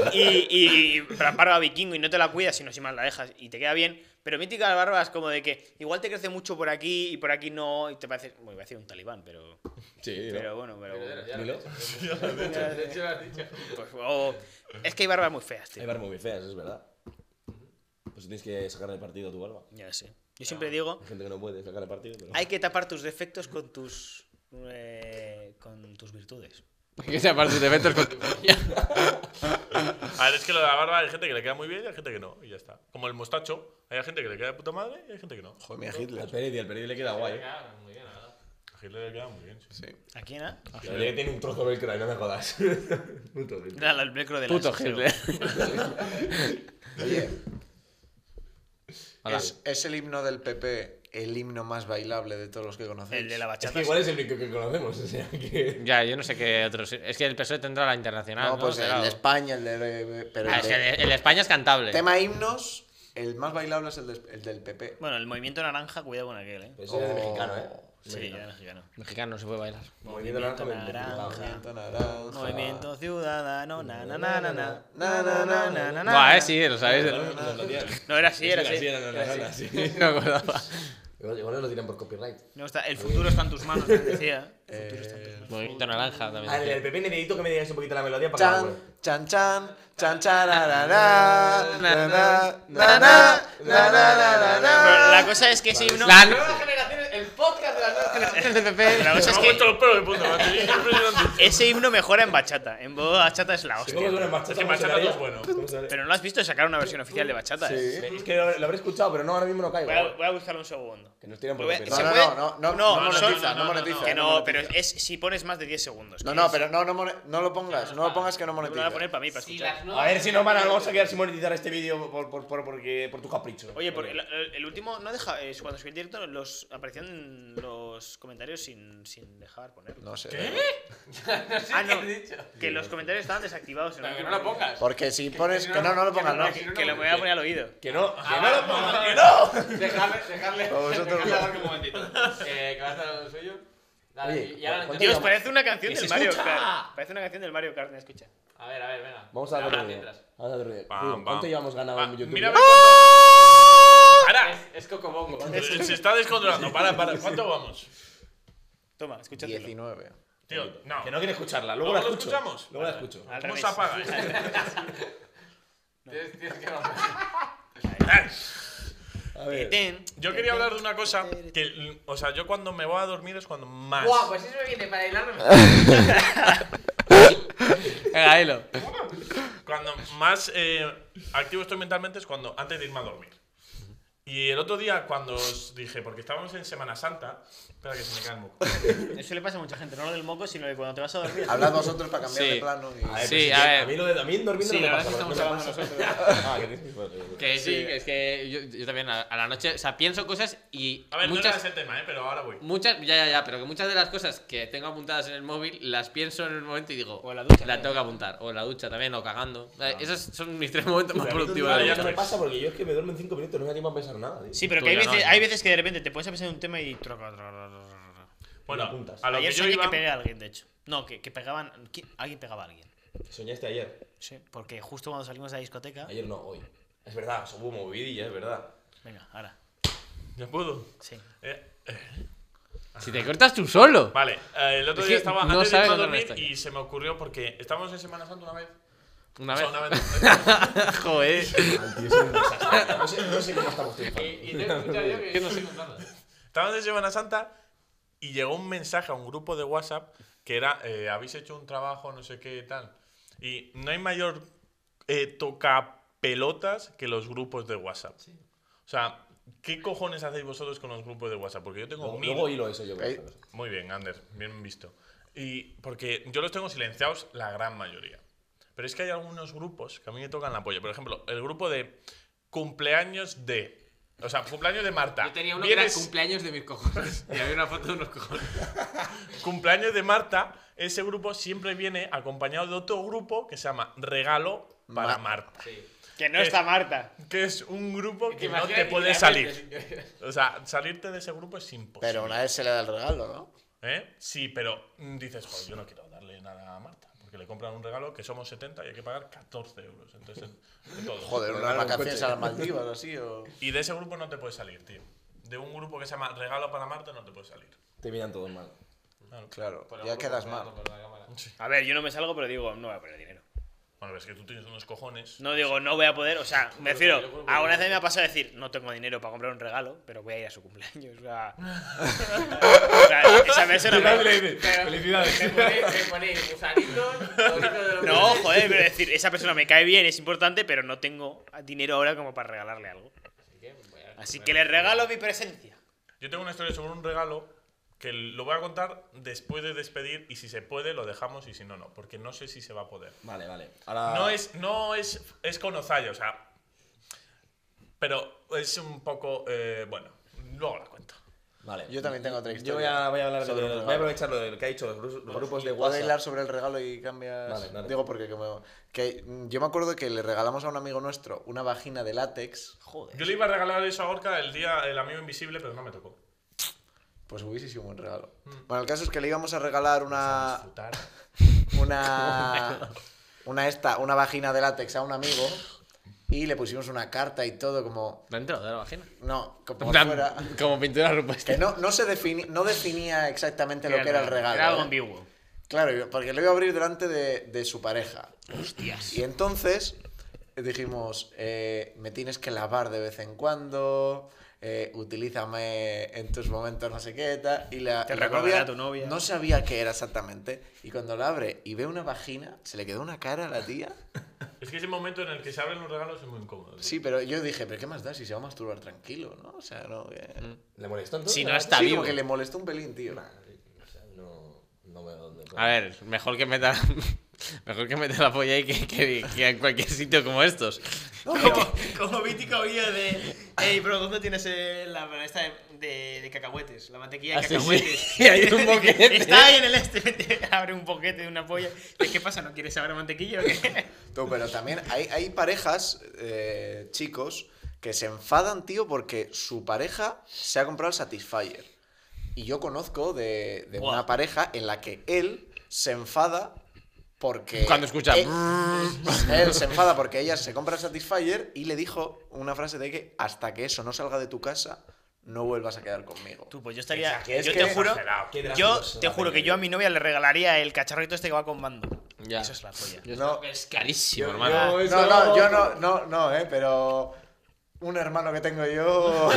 Speaker 5: y, y, y la barba vikingo y no te la cuidas, sino si más la dejas y te queda bien. Pero míticas barbas como de que igual te crece mucho por aquí y por aquí no, y te parece, bueno, iba a decir un talibán, pero,
Speaker 3: Sí, ¿no?
Speaker 5: pero bueno, pero,
Speaker 7: Pero ya lo
Speaker 3: Dilo.
Speaker 7: has dicho. De hecho, lo has dicho.
Speaker 5: pues, o- es que hay barbas muy feas,
Speaker 3: Hay
Speaker 5: tío.
Speaker 3: barbas muy feas, es verdad. Pues tienes que sacarle partido a tu barba.
Speaker 5: Ya sé. Yo siempre digo,
Speaker 3: Hay gente que no puede sacarle partido, pero.
Speaker 5: hay que tapar tus defectos con tus eh, con tus virtudes.
Speaker 4: que sea para tus defectos con-
Speaker 2: A ver, es que lo de la barba hay gente que le queda muy bien y hay gente que no, y ya está. Como el mostacho, hay gente que le queda de puta madre y hay gente que no.
Speaker 8: Joder, mira
Speaker 3: Al
Speaker 8: Hitler.
Speaker 3: Peredi, al Peredi le queda guay, ¿eh?
Speaker 7: Claro, muy bien, la verdad.
Speaker 2: A Hitler le queda muy bien. sí.
Speaker 8: Sí.
Speaker 5: ¿A quién, ah?
Speaker 3: Al Peredi tiene un trozo del cráneo, no me jodas. un trozo.
Speaker 5: Dale al velcro de la
Speaker 4: Puto Hitler.
Speaker 8: Oye,
Speaker 4: Hola.
Speaker 8: ¿es, es el himno del PP el himno más bailable de todos los que conocéis?
Speaker 5: El de la
Speaker 3: Es
Speaker 5: bachata.
Speaker 3: que igual es el único que conocemos, o sea que.
Speaker 4: Ya, yo no sé qué otros. Es que el PSOE E tendrá la internacional.
Speaker 8: No, pues
Speaker 4: Será
Speaker 8: el de
Speaker 4: algo.
Speaker 8: España, el de... Pero
Speaker 4: Ah,
Speaker 8: el
Speaker 4: es que
Speaker 8: de-
Speaker 4: el, de- el de España es cantable.
Speaker 8: Tema himnos, el más bailable es el, de- el del PP.
Speaker 5: Bueno, el movimiento naranja, cuidado con aquel, ¿eh?
Speaker 3: Pero ese es
Speaker 8: Oh.
Speaker 3: mexicano, ¿eh?
Speaker 5: Sí, ya mexicano.
Speaker 4: Mexicano no se puede bailar.
Speaker 3: Movimiento naranja, me- me flipaba.
Speaker 5: naranja.
Speaker 8: Movimiento naranja.
Speaker 5: Movimiento Ciudadano, na na na na na na na na na na na.
Speaker 4: Buah, eh, sí, lo sabéis.
Speaker 5: No era así, era así.
Speaker 3: no, no, no, sí.
Speaker 4: No me acordaba.
Speaker 3: Igual igual lo tiran por copyright.
Speaker 5: No, está- el futuro está en tus manos, te decía. El futuro está en
Speaker 8: Eh,
Speaker 5: tus manos.
Speaker 4: Movimiento naranja también.
Speaker 3: Ah, en el PP necesito que me digáis un poquito la melodía para que
Speaker 8: Chan,
Speaker 3: me acuerde.
Speaker 8: chan, chan, chan, chararara, na, na, na, na, na, na, na, na, na.
Speaker 5: Pero la cosa es que ese himno.
Speaker 4: La
Speaker 7: Nueva generación, el podcast de las nuevas generaciones.
Speaker 4: del PP.
Speaker 5: La
Speaker 2: Se me
Speaker 5: cosa es
Speaker 2: han
Speaker 5: que
Speaker 2: puesto los pelos de punta, macho. Es impresionante.
Speaker 5: ese himno mejora en bachata. En modo bachata es la hostia.
Speaker 3: ¿Cómo suena en bachata?
Speaker 2: Es que
Speaker 3: ¿Cómo
Speaker 2: bachata
Speaker 3: sonaría?
Speaker 2: no es bueno.
Speaker 3: ¿Cómo sonaría?
Speaker 5: Pero no lo has visto sacar una versión oficial de bachata. eh.
Speaker 3: Sí. Es que lo, lo habré escuchado, pero no, ahora mismo no caigo.
Speaker 5: Voy a, voy a buscarlo un segundo.
Speaker 3: Que nos tiran por
Speaker 5: Voy a-
Speaker 3: copyright.
Speaker 5: ¿se
Speaker 8: No, no,
Speaker 5: puede?
Speaker 8: no, no, no, no
Speaker 5: son-
Speaker 8: monetiza, no monetiza,
Speaker 5: Que
Speaker 8: no
Speaker 5: no,
Speaker 8: monetiza.
Speaker 5: pero es si pones más de 10 segundos.
Speaker 8: No,
Speaker 5: que
Speaker 8: no,
Speaker 5: es-
Speaker 8: pero no, no, mone- no lo pongas, no lo pongas que no
Speaker 5: Yo me lo voy a
Speaker 8: monetiza.
Speaker 5: poner para mí, para
Speaker 7: Si
Speaker 5: escuchar.
Speaker 7: las
Speaker 3: A
Speaker 7: nuevas
Speaker 3: ver si no van a, vamos a quedar
Speaker 7: generaciones-
Speaker 3: sin monetizar este vídeo por, por, por, porque, por tu capricho.
Speaker 5: Oye, porque el, el- el último no deja. eh, cuando subí el directo, los, aparecían los comentarios sin, sin dejar ponerlo.
Speaker 8: No sé.
Speaker 5: ah, no.
Speaker 7: ¿Qué he dicho?
Speaker 5: Que los comentarios estaban desactivados. en
Speaker 7: Pero que
Speaker 5: algún
Speaker 7: no lo
Speaker 5: momento.
Speaker 7: pongas.
Speaker 8: Porque si pones
Speaker 7: que
Speaker 8: que no, no lo
Speaker 7: que
Speaker 8: pongas, Ah, no.
Speaker 7: que
Speaker 5: Que lo me voy a poner al oído.
Speaker 3: Que no, que
Speaker 7: Ah,
Speaker 3: no lo
Speaker 7: no,
Speaker 3: pongas,
Speaker 7: no,
Speaker 3: que
Speaker 7: no.
Speaker 3: no.
Speaker 7: Dejarle, dejarle.
Speaker 8: A vosotros
Speaker 7: dejarle
Speaker 8: no.
Speaker 7: hablar un momentito. Eh, que va a estar lo suyo. Dale,
Speaker 3: Oye,
Speaker 7: y ahora
Speaker 3: ¿cuánto
Speaker 7: lo
Speaker 5: Dios,
Speaker 7: intentamos.
Speaker 3: llevamos?
Speaker 5: parece una canción
Speaker 3: ¡Que se
Speaker 5: del Mario
Speaker 3: escucha!
Speaker 5: Kart. Parece una canción del Mario Kart, ¿me escucha?
Speaker 7: A ver, a ver, venga.
Speaker 3: Vamos a darle
Speaker 7: Ahora
Speaker 3: otro vídeo.
Speaker 7: centras.
Speaker 3: Vamos a darle otro vídeo.
Speaker 2: Pam,
Speaker 3: Digo,
Speaker 2: pam.
Speaker 3: ¿Cuánto llevamos ganado
Speaker 2: Ah,
Speaker 3: en YouTube?
Speaker 2: mírame
Speaker 3: Ya?
Speaker 2: cuánto- ¡Para!
Speaker 7: Es, es Cocobongo.
Speaker 2: Eh, Se está descontrolando. Para, para. ¿Cuánto vamos?
Speaker 5: Toma, escúchatelo.
Speaker 8: 19.
Speaker 2: Tío, no.
Speaker 3: Que no quiere escucharla, luego,
Speaker 2: ¿Luego
Speaker 3: la
Speaker 2: lo
Speaker 3: escucho.
Speaker 2: escuchamos?
Speaker 3: Luego la escucho.
Speaker 5: Al
Speaker 2: ¿Cómo
Speaker 5: revés.
Speaker 2: se apaga? esto?
Speaker 7: Tienes, tienes que
Speaker 3: A
Speaker 5: Eh,
Speaker 3: ver.
Speaker 5: ten.
Speaker 2: Yo quería hablar de una cosa que, o sea, yo cuando me voy a dormir es cuando más.
Speaker 7: Guau, pues eso me viene para hilarme.
Speaker 4: Venga, dilo.
Speaker 2: Cuando más eh, activo estoy mentalmente es cuando antes de irme a dormir. Y el otro día cuando os dije, porque estábamos en Semana Santa, espera que se me cae el moco.
Speaker 5: Eso le pasa a mucha gente, no lo del moco, sino que cuando te vas a dormir.
Speaker 8: Hablad vosotros para cambiar
Speaker 4: Sí.
Speaker 8: de plano. y-
Speaker 3: A ver,
Speaker 4: Sí,
Speaker 3: pues,
Speaker 4: a
Speaker 3: que-
Speaker 4: ver.
Speaker 3: A mí lo de a mí dormiendo no me pasa. no me pasa. Ah, que tienes que-
Speaker 4: Que sí, que es que yo, yo también a, a la noche, o sea, pienso cosas y
Speaker 2: A ver, no era
Speaker 4: muchas,
Speaker 2: ese tema, ¿eh? pero ahora voy.
Speaker 4: muchas, ya, ya, ya, pero que muchas de las cosas que tengo apuntadas en el móvil las pienso en el momento y digo,
Speaker 5: O en la ducha,
Speaker 4: la
Speaker 5: ¿no?
Speaker 4: tengo que apuntar, o en la ducha también, o cagando. Eh, Esos son mis tres momentos más
Speaker 3: A mí todo el
Speaker 4: productivos
Speaker 3: día
Speaker 4: de la
Speaker 3: no me
Speaker 4: noche.
Speaker 3: pasa porque yo es que me duermo en 5 minutos, no me da tiempo a pensar nada. tío.
Speaker 5: Sí, pero
Speaker 4: Tú
Speaker 5: que hay
Speaker 4: ya no,
Speaker 5: veces,
Speaker 4: ya.
Speaker 5: hay veces que de repente te pones a pensar en un tema y troca, troca, troca, troca, troca.
Speaker 2: Bueno,
Speaker 3: apuntas.
Speaker 2: a lo
Speaker 5: Ayer
Speaker 2: que yo
Speaker 5: soñé
Speaker 2: iba...
Speaker 5: que pegué a alguien, de hecho. No, que, que pegaban. ¿quién? Alguien pegaba a alguien.
Speaker 3: Soñaste ayer.
Speaker 5: Sí, porque justo cuando salimos de la discoteca.
Speaker 3: Ayer no, hoy. Es verdad, os hubo movidilla, es verdad.
Speaker 5: Venga, ahora.
Speaker 2: ¿Ya puedo?
Speaker 5: Sí.
Speaker 2: Eh,
Speaker 4: Si te cortas tú solo.
Speaker 2: Vale, eh, el otro
Speaker 4: Es
Speaker 2: día
Speaker 4: que
Speaker 2: estaba
Speaker 4: no
Speaker 2: antes de
Speaker 4: sabe
Speaker 2: irme a
Speaker 4: contar una
Speaker 2: dormir
Speaker 4: historia.
Speaker 2: y se me ocurrió porque estábamos en Semana Santa una vez.
Speaker 4: Una
Speaker 2: O
Speaker 4: vez.
Speaker 2: sea, una vez.
Speaker 4: Joder.
Speaker 3: No sé, no sé cómo estamos
Speaker 7: Y,
Speaker 3: triunfando.
Speaker 7: y tengo que escuchar yo que no sé contarlo.
Speaker 2: Estábamos en Semana Santa y llegó un mensaje a un grupo de WhatsApp que era, eh, habéis hecho un trabajo, no sé qué, tal. Y no hay mayor eh, tocapelotas que los grupos de WhatsApp. O sea, ¿qué cojones hacéis vosotros con los grupos de WhatsApp? Porque yo tengo
Speaker 3: Luego,
Speaker 2: mil.
Speaker 3: luego hilo eso yo. creo.
Speaker 8: Ey.
Speaker 2: Muy bien, Ander, bien visto. Y porque yo los tengo silenciados la gran mayoría. Pero es que hay algunos grupos que a mí me tocan la polla. Por ejemplo, el grupo de cumpleaños de O sea, cumpleaños de Marta.
Speaker 7: Yo tenía uno que
Speaker 2: Vienes-
Speaker 7: era cumpleaños de mis cojones. Y había una foto de unos cojones.
Speaker 2: cumpleaños de Marta, ese grupo siempre viene acompañado de otro grupo que se llama Regalo para
Speaker 8: Ma-
Speaker 2: Marta.
Speaker 7: Sí.
Speaker 5: Que no está Marta.
Speaker 2: Que es un grupo que no
Speaker 7: imagina-
Speaker 2: te puede
Speaker 7: imagina-
Speaker 2: salir. O sea, salirte de ese grupo es imposible.
Speaker 8: Pero una vez se le da el regalo, ¿no?
Speaker 2: ¿Eh? Sí, pero mm, dices, "Joder, yo no quiero darle nada a Marta. Porque le compran un regalo que somos 70 y hay que pagar 14 euros. Entonces, de todo.
Speaker 8: Joder, unas
Speaker 3: regalo un
Speaker 8: vacaciones
Speaker 3: coche.
Speaker 8: a las Maldivas o así, o...
Speaker 2: Y de ese grupo no te puedes salir, tío. De un grupo que se llama Regalo para Marta no te puedes salir.
Speaker 3: Te miran todos mal.
Speaker 8: Claro, ya quedas mal.
Speaker 5: A ver, yo no me salgo, pero digo, no voy a poner dinero.
Speaker 2: Bueno, es que tú tienes unos cojones.
Speaker 5: No digo, no voy a poder, o sea, me refiero, alguna vez me ha pasado decir, no tengo dinero para comprar un regalo, pero voy a ir a su cumpleaños. O sea, o sea, esa vez era
Speaker 7: Felicidades. Me ponéis, me ponéis gusanitos, gusanitos de los
Speaker 5: No,
Speaker 7: dulces.
Speaker 5: joder, pero decir, esa persona me cae bien, es importante, pero no tengo dinero ahora como para regalarle algo.
Speaker 7: Así que, voy a-
Speaker 5: Así que le regalo mi presencia.
Speaker 2: Yo tengo una historia sobre un regalo que lo voy a contar después de despedir y si se puede lo dejamos y si no, no. Porque no sé si se va a poder.
Speaker 3: Vale, vale. Ahora.
Speaker 2: No es, no es, es con Ozaya, o sea. Pero es un poco, eh, bueno, luego la cuento.
Speaker 3: Vale.
Speaker 8: Yo también tengo otra
Speaker 3: Yo voy
Speaker 8: historia
Speaker 3: a, voy a hablar de
Speaker 8: sobre
Speaker 3: los-
Speaker 8: un
Speaker 3: Voy a
Speaker 8: regalo.
Speaker 3: aprovechar lo del que ha dicho los, gru- los grupos de
Speaker 8: Puedo hablar
Speaker 3: WhatsApp.
Speaker 8: sobre el regalo y cambias.
Speaker 3: Vale, dale.
Speaker 8: Digo porque como- que mm, yo me acuerdo que le regalamos a un amigo nuestro una vagina de látex.
Speaker 2: Yo le iba a regalar eso a Gorka el día El Amigo Invisible, pero no me tocó.
Speaker 8: Pues hubiese sido un buen regalo. Bueno, el caso es que le íbamos a regalar
Speaker 2: A
Speaker 8: una.
Speaker 2: disfrutar.
Speaker 8: Una. Una esta, una vagina de látex a un amigo. Y le pusimos una carta y todo, como.
Speaker 4: ¿No ha entrado de la vagina?
Speaker 8: No, como
Speaker 4: Dan-
Speaker 8: fuera.
Speaker 4: Como pintura
Speaker 8: Que
Speaker 4: propuesta.
Speaker 8: no, no se defini- no definía exactamente lo que era el regalo.
Speaker 5: Era algo
Speaker 8: ¿eh?
Speaker 5: ambiguo.
Speaker 8: Claro, yo- porque lo iba a abrir delante de, de su pareja. Hostias. Y entonces dijimos, eh, me tienes que lavar de vez en cuando, eh, utilízame en tus momentos no sé qué, tal. Y la,
Speaker 5: Te
Speaker 8: la
Speaker 5: recordará tu novia.
Speaker 8: no sabía qué era exactamente. Y cuando la abre y ve una vagina, se le quedó una cara a la tía.
Speaker 2: Es que ese momento en el que se abren los regalos es muy incómodo. tío.
Speaker 8: Sí, pero yo dije, pero ¿qué más da si se va a masturbar tranquilo, no? O sea, no... que-
Speaker 3: ¿Le molestó entonces?
Speaker 4: Si no
Speaker 3: ¿Vale?
Speaker 4: está
Speaker 8: sí,
Speaker 4: vivo.
Speaker 8: como que le molestó un pelín, tío.
Speaker 3: O sea, No, no veo dónde.
Speaker 4: A ver, mejor que meta. Mejor que meta la polla ahí que, que- que en cualquier sitio como este. estos.
Speaker 5: Como, como mítico vídeo de. Ey, bro, ¿dónde tienes eh, la esta de, de- de cacahuetes? La mantequilla de
Speaker 4: Ah, sí,
Speaker 5: cacahuetes.
Speaker 4: sí. Y hay un boquete.
Speaker 5: Está ahí en el este. vete, Abre un boquete de una polla. ¿De ¿Qué pasa? ¿No quieres saber mantequilla o qué?
Speaker 8: Tú, pero también hay, hay parejas, eh, chicos, que se enfadan, tío, porque su pareja se ha comprado el Satisfyer. Y yo conozco de, de
Speaker 5: Buah.
Speaker 8: una pareja en la que él se enfada porque...
Speaker 4: Cuando escucha
Speaker 8: Él, él se enfada porque ella se compra el Satisfyer y le dijo una frase de que hasta que eso no salga de tu casa, no vuelvas a quedar conmigo.
Speaker 5: Tú, pues yo estaría.
Speaker 3: que es
Speaker 5: yo
Speaker 3: que
Speaker 5: te juro.
Speaker 2: exagerado.
Speaker 3: Qué
Speaker 5: Yo
Speaker 3: drásticos
Speaker 5: te
Speaker 3: la
Speaker 5: juro que
Speaker 3: peña,
Speaker 5: yo a mi novia le regalaría el cacharrito este que va con mando.
Speaker 4: Ya.
Speaker 5: Eso es la polla.
Speaker 8: No,
Speaker 4: Es carísimo,
Speaker 3: Yo-
Speaker 4: hermano.
Speaker 3: yo-
Speaker 8: no, no, yo no, no, no, eh, pero... Un hermano que tengo yo...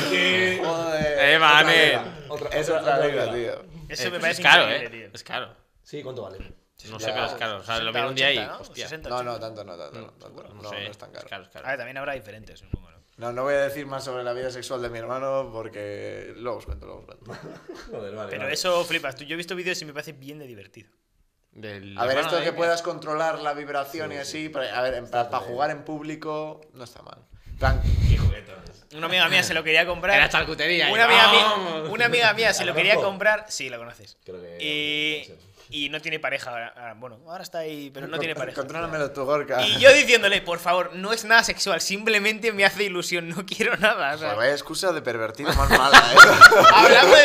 Speaker 8: Joder.
Speaker 4: Eh,
Speaker 8: otra
Speaker 4: Vane.
Speaker 8: regla.
Speaker 3: Otra-
Speaker 8: Es
Speaker 3: otra-
Speaker 8: otra
Speaker 3: otra
Speaker 8: regla,
Speaker 3: regla.
Speaker 8: tío.
Speaker 5: Eso me
Speaker 4: Eh,
Speaker 5: parece
Speaker 4: es caro,
Speaker 5: increíble,
Speaker 4: ¿eh?
Speaker 5: tío.
Speaker 4: Es caro.
Speaker 3: Sí, ¿cuánto vale?
Speaker 4: No sé, pero es caro. O sea, lo vi un día
Speaker 5: 60,
Speaker 4: y.
Speaker 5: 80, ¿no?
Speaker 4: Hostia.
Speaker 5: 60,
Speaker 8: No, no,
Speaker 5: 80.
Speaker 8: tanto no, tanto no. tanto no,
Speaker 4: No
Speaker 8: no,
Speaker 4: sé.
Speaker 8: no es tan caro.
Speaker 4: Es caro.
Speaker 5: A ver, también habrá diferentes, supongo, ¿no?
Speaker 8: No, no voy a decir más sobre la vida sexual de mi hermano porque luego os cuento, luego os cuento.
Speaker 3: Joder, vale.
Speaker 5: Pero
Speaker 3: vale.
Speaker 5: eso flipas. Tú, yo he visto vídeos y me parece bien de divertido.
Speaker 4: Del
Speaker 8: A ver,
Speaker 4: hermano
Speaker 8: esto
Speaker 4: de
Speaker 8: que
Speaker 4: Amy.
Speaker 8: puedas controlar la vibración y así, para, a ver, en plan, para jugar en público no está mal. En plan,
Speaker 5: Una amiga mía se lo quería comprar.
Speaker 4: Era charcutería. y
Speaker 5: Una amiga,
Speaker 4: vamos.
Speaker 5: mía, una amiga mía se
Speaker 3: ¿La
Speaker 5: lo quería
Speaker 3: conozco?
Speaker 5: comprar. Sí, la conoces.
Speaker 3: Creo que-
Speaker 5: Y,
Speaker 3: sí.
Speaker 5: y no tiene pareja ahora, ahora. Bueno, ahora está ahí, pero no
Speaker 8: con-
Speaker 5: tiene pareja.
Speaker 8: Contrólamelo tú, Gorka.
Speaker 5: Y yo diciéndole, por favor, no es nada sexual, simplemente me hace ilusión, no quiero nada. o sea,
Speaker 8: Joder, vaya excusa de pervertido más mala, ¿eh?
Speaker 5: Hablando de.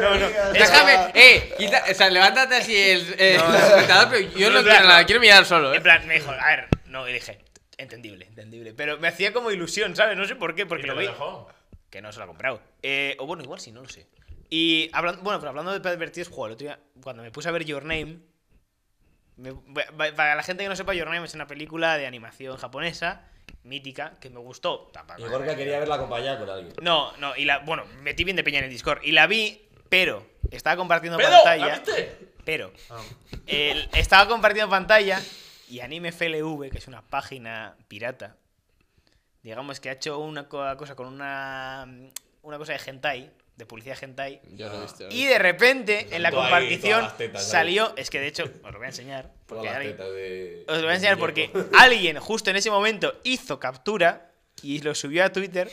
Speaker 8: no, no.
Speaker 4: Déjame, eh, quita, o sea, levántate así el, el espectador, pero yo no
Speaker 5: En plan,
Speaker 4: quiero nada,
Speaker 5: no.
Speaker 4: quiero mirar solo,
Speaker 5: En
Speaker 4: eh.
Speaker 5: plan, me dijo, a ver, no, y dije, entendible, entendible. Pero me hacía como ilusión, ¿sabes? No sé por qué,
Speaker 2: ¿Y
Speaker 5: porque
Speaker 2: te
Speaker 5: lo
Speaker 2: lo
Speaker 5: vi.
Speaker 2: dejó?
Speaker 5: Que no se lo ha comprado. Eh, o bueno, igual sí, no lo sé. Y hablando, bueno, pero hablando de pervertidos, juego, el otro día, cuando me puse a ver Your Name, me- pa- pa- para la gente que no sepa, Your Name es una película de animación japonesa, mítica, que me gustó. Tampoco-
Speaker 3: Y Gorka quería verla acompañada con alguien.
Speaker 5: No, no, y la, bueno, metí bien de peña en el Discord. Y la vi, pero estaba compartiendo
Speaker 2: ¡Pero!
Speaker 5: pantalla.
Speaker 2: ¿La viste?
Speaker 5: Pero
Speaker 3: Ah.
Speaker 5: el- estaba compartiendo pantalla y Anime FLV, que es una página pirata, digamos que ha hecho una co- cosa con una, una cosa de hentai, de publicidad hentai.
Speaker 4: Yo lo he visto. ¿eh?
Speaker 5: Y de repente, en la
Speaker 3: Todo ahí,
Speaker 5: compartición,
Speaker 3: todas las tetas, ¿sabes?
Speaker 5: salió. Es que de hecho, os lo voy a enseñar.
Speaker 3: Todas
Speaker 5: Porque
Speaker 3: las
Speaker 5: alguien-
Speaker 3: tetas de-
Speaker 5: os lo voy
Speaker 3: de
Speaker 5: a enseñar
Speaker 3: muñeco.
Speaker 5: porque alguien justo en ese momento hizo captura y lo subió a Twitter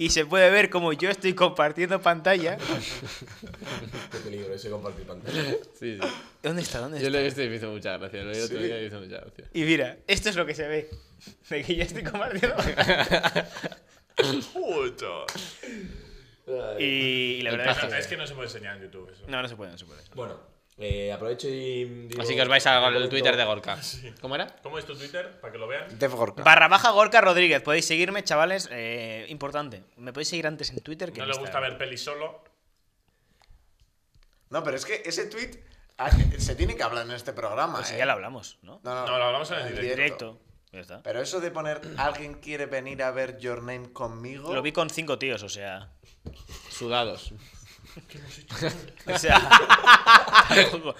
Speaker 5: y se puede ver como yo estoy compartiendo pantalla.
Speaker 3: Qué peligro ese compartir pantalla.
Speaker 4: Sí, sí.
Speaker 5: ¿Dónde está? ¿Dónde
Speaker 4: Yo
Speaker 5: está?
Speaker 4: lo he visto y me hizo mucha gracia. Lo vi el otro día y me hizo mucha gracia.
Speaker 5: Y mira, esto es lo que se ve. De que yo estoy compartiendo.
Speaker 2: Puta.
Speaker 5: y, y la verdad
Speaker 2: Es
Speaker 5: es que...
Speaker 2: que no se puede enseñar en YouTube eso.
Speaker 5: Ah, No, no se puede, no se puede.
Speaker 3: Bueno, eh, aprovecho y. digo-
Speaker 4: Así que os vais al
Speaker 3: comento-
Speaker 4: Twitter de Gorka. ¿Cómo era?
Speaker 2: ¿Cómo es tu Twitter? Para que lo vean.
Speaker 8: Def Gorka.
Speaker 5: Barra baja Gorka Rodríguez, podéis seguirme, chavales. eh, importante, me podéis seguir antes en Twitter que
Speaker 2: No
Speaker 5: en
Speaker 2: le gusta
Speaker 5: Instagram.
Speaker 2: ver pelis solo.
Speaker 8: No, pero es que ese tweet ah, se tiene que hablar en este programa.
Speaker 5: Pues
Speaker 8: ¿eh?
Speaker 5: ya lo hablamos, ¿no?
Speaker 8: No, no,
Speaker 2: No, lo hablamos en el directo.
Speaker 5: Directo. Ya está.
Speaker 8: Pero eso de poner alguien quiere venir a ver Your Name conmigo.
Speaker 5: Lo vi con cinco tíos, o sea.
Speaker 4: Sudados.
Speaker 5: O sea. tampoco-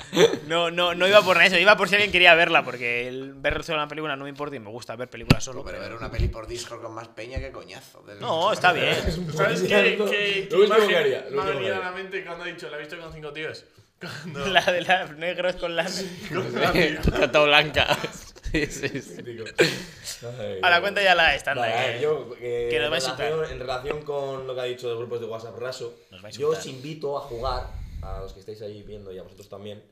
Speaker 5: no, no, no iba por nada de eso, iba por si alguien quería verla, porque el ver solo una película no me importa y me gusta ver películas solo.
Speaker 8: Pero
Speaker 5: pero-
Speaker 8: ver una peli por Discord con más peña, qué coñazo. Del-
Speaker 5: No, está bien.
Speaker 2: ¿Sabes qué? qué, qué
Speaker 3: Lo último
Speaker 2: imagen
Speaker 3: que haría.
Speaker 2: me
Speaker 3: Lo
Speaker 2: ha
Speaker 3: último que
Speaker 2: venido a la
Speaker 3: haría.
Speaker 2: mente cuando ha dicho, la he visto con cinco tíos. Cuando...
Speaker 5: La de los negros con las.
Speaker 4: Cata blanca. Sí, sí, sí.
Speaker 3: Digo, eh, ay,
Speaker 5: A la cuenta ya la están.
Speaker 3: Vale,
Speaker 5: ahí,
Speaker 3: a ver,
Speaker 5: eh.
Speaker 3: yo, eh,
Speaker 5: que nos
Speaker 3: en,
Speaker 5: vais a
Speaker 3: relación, en relación con lo que ha dicho de grupos de WhatsApp raso,
Speaker 5: Nos vais a
Speaker 3: yo os
Speaker 5: insultar.
Speaker 3: invito a jugar, a los que estáis ahí viendo y a vosotros también,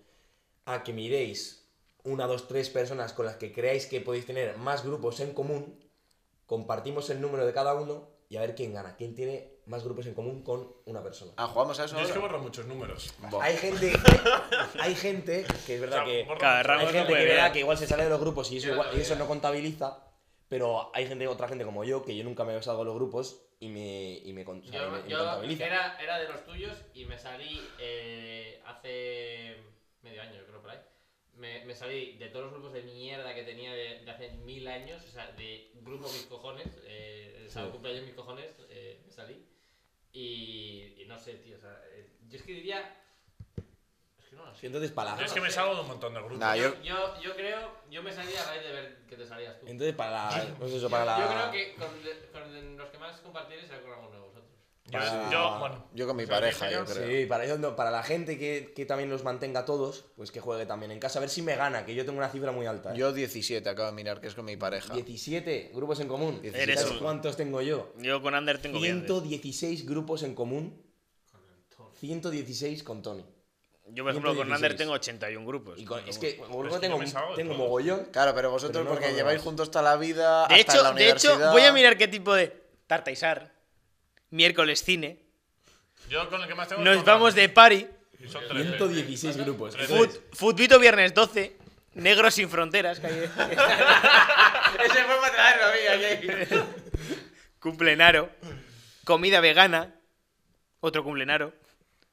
Speaker 3: a que miréis una, dos, tres personas con las que creáis que podéis tener más grupos en común, compartimos el número de cada uno y a ver quién gana, quién tiene más grupos en común con una persona.
Speaker 8: Ah, jugamos a eso.
Speaker 2: Yo es que
Speaker 8: ahora?
Speaker 2: borro muchos números.
Speaker 8: Buah.
Speaker 3: Hay gente, hay gente que es verdad
Speaker 2: O sea,
Speaker 3: que...
Speaker 2: borro
Speaker 5: Cada
Speaker 2: muchos.
Speaker 5: Ramos
Speaker 3: Hay
Speaker 5: no
Speaker 3: gente
Speaker 5: puede
Speaker 3: que
Speaker 5: ver.
Speaker 3: verá que igual se sale de los grupos y eso,
Speaker 2: Yo
Speaker 3: igual-
Speaker 2: no
Speaker 3: y eso
Speaker 2: veo.
Speaker 3: no contabiliza, pero hay gente, otra gente como yo, que yo nunca me salgo de los grupos y me, y me, con- o sea, y me- y
Speaker 7: Yo,
Speaker 3: me
Speaker 7: yo
Speaker 3: contabiliza.
Speaker 7: era, era de los tuyos y me salí eh, hace medio año, yo creo por ahí. Me, me salí de todos los grupos de mierda que tenía de, de hace mil años, o sea, de grupo mis cojones, eh, el sábado cumpleaños mis cojones, eh, me salí. Y, y no sé, tío, o sea, eh, yo es que diría. Es que no lo sé.
Speaker 3: Entonces, para
Speaker 2: Yo
Speaker 3: la,
Speaker 2: es que me salgo de un montón de grupos.
Speaker 8: Nah, yo-
Speaker 7: Yo, yo creo, yo me salí a raíz de ver que te salías tú.
Speaker 3: entonces para la, no sé eso,
Speaker 7: yo,
Speaker 3: para la...
Speaker 7: yo creo que con, con los que más compartir será con alguno de vosotros.
Speaker 2: Yo,
Speaker 3: Para-
Speaker 2: yo, bueno.
Speaker 8: Yo con mi
Speaker 2: O sea,
Speaker 8: pareja,
Speaker 2: yo
Speaker 8: yo
Speaker 2: creo-
Speaker 8: creo.
Speaker 3: Sí, para, yo no, para la gente que, que también los mantenga todos, pues que juegue también en casa. A ver si me gana, que yo tengo una cifra muy alta. ¿eh?
Speaker 8: Yo 17, acabo de mirar que es con mi pareja.
Speaker 3: 17 grupos en común.
Speaker 8: Eres
Speaker 3: ¿Sabes
Speaker 5: un-
Speaker 3: cuántos tengo yo?
Speaker 5: Yo con Ander tengo ¿eh? que.
Speaker 3: 116 grupos en común. 116 con Tony.
Speaker 5: Yo, por ejemplo, con Ander
Speaker 3: 116.
Speaker 5: tengo 81 grupos.
Speaker 3: Y con- es
Speaker 5: Como-
Speaker 3: que, como
Speaker 2: es que
Speaker 3: tengo,
Speaker 2: yo me salgo de
Speaker 3: tengo
Speaker 2: todo.
Speaker 3: mogollón.
Speaker 8: Claro, pero vosotros
Speaker 3: Pero no
Speaker 8: porque
Speaker 3: lo
Speaker 8: lleváis
Speaker 3: veo.
Speaker 8: juntos toda la vida.
Speaker 5: De
Speaker 8: hasta en
Speaker 5: hecho,
Speaker 8: la
Speaker 5: de hecho,
Speaker 8: universidad.
Speaker 5: voy a mirar qué tipo de tarta y sar, miércoles cine,
Speaker 2: Yo con el que más tengo. es
Speaker 5: nos
Speaker 2: con
Speaker 5: vamos de
Speaker 2: Ramos.
Speaker 5: party,
Speaker 2: Y Son 13.
Speaker 3: 116 grupos.
Speaker 2: Trece.
Speaker 5: fut,
Speaker 2: Sí.
Speaker 5: futvito viernes 12, negros sin fronteras, que hay-
Speaker 7: Ese fue para traerlo, mira, aquí.
Speaker 5: cumplenaro, comida vegana, otro cumplenaro,